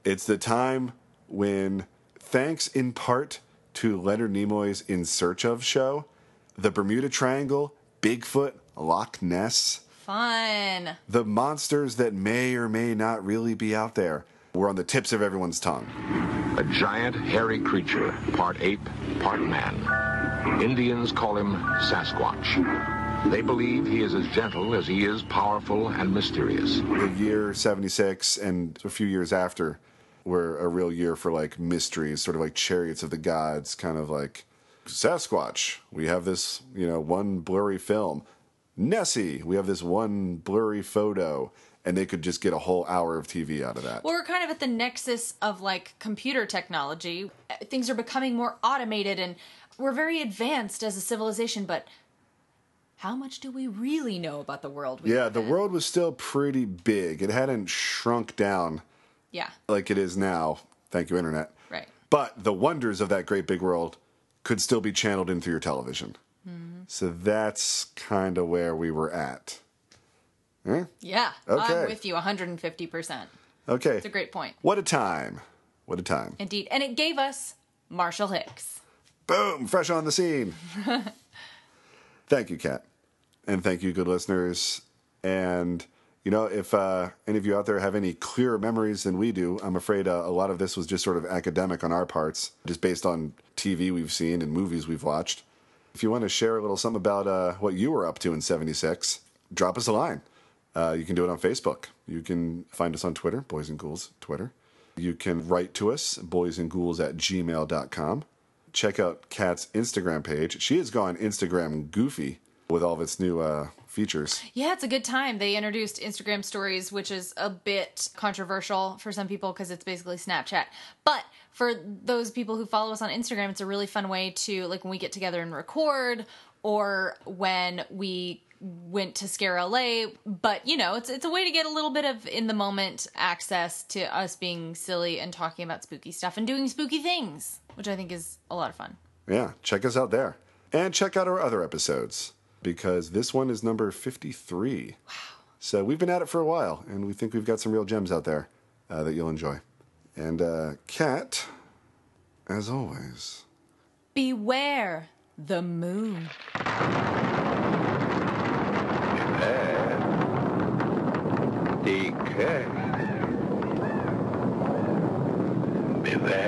It's the time when, thanks in part to Leonard Nimoy's In Search of show, the Bermuda Triangle, Bigfoot, Loch Ness,
Fun.
the monsters that may or may not really be out there were on the tips of everyone's tongue.
A giant hairy creature, part ape, part man. Indians call him Sasquatch. They believe he is as gentle as he is powerful and mysterious.
The year 76 and a few years after were a real year for like mysteries, sort of like chariots of the gods, kind of like Sasquatch. We have this, you know, one blurry film. Nessie, we have this one blurry photo. And they could just get a whole hour of TV out of that.
Well, we're kind of at the nexus of like computer technology. Uh, Things are becoming more automated and we're very advanced as a civilization, but how much do we really know about the world? We-
Yeah, the world was still pretty big. It hadn't shrunk down
yeah.
like it is now. Thank you, Internet.
Right.
But the wonders of that great big world could still be channeled in through your television.
Mm-hmm.
So that's kind of where we were at. Huh?
Yeah.
Okay.
I'm with you 150%.
Okay.
It's a great point.
What a time. What a time.
Indeed. And it gave us Marshall Hicks.
Boom, fresh on the scene. thank you, Kat. And thank you, good listeners. And, you know, if uh, any of you out there have any clearer memories than we do, I'm afraid uh, a lot of this was just sort of academic on our parts, just based on TV we've seen and movies we've watched. If you want to share a little something about uh, what you were up to in 76, drop us a line. Uh, you can do it on Facebook. You can find us on Twitter, Boys and Ghouls Twitter. You can write to us, boysandghouls at gmail.com. Check out Kat's Instagram page. She has gone Instagram goofy with all of its new uh, features.
Yeah, it's a good time. They introduced Instagram stories, which is a bit controversial for some people because it's basically Snapchat. But for those people who follow us on Instagram, it's a really fun way to, like, when we get together and record or when we went to Scare LA. But, you know, it's, it's a way to get a little bit of in the moment access to us being silly and talking about spooky stuff and doing spooky things, which I think is a lot of fun.
Yeah, check us out there. And check out our other episodes because this one is number 53. Wow. So we've been at it for a while and we think we've got some real gems out there uh, that you'll enjoy. And uh, Kat, as always,
Beware the moon.
Beware. Beware.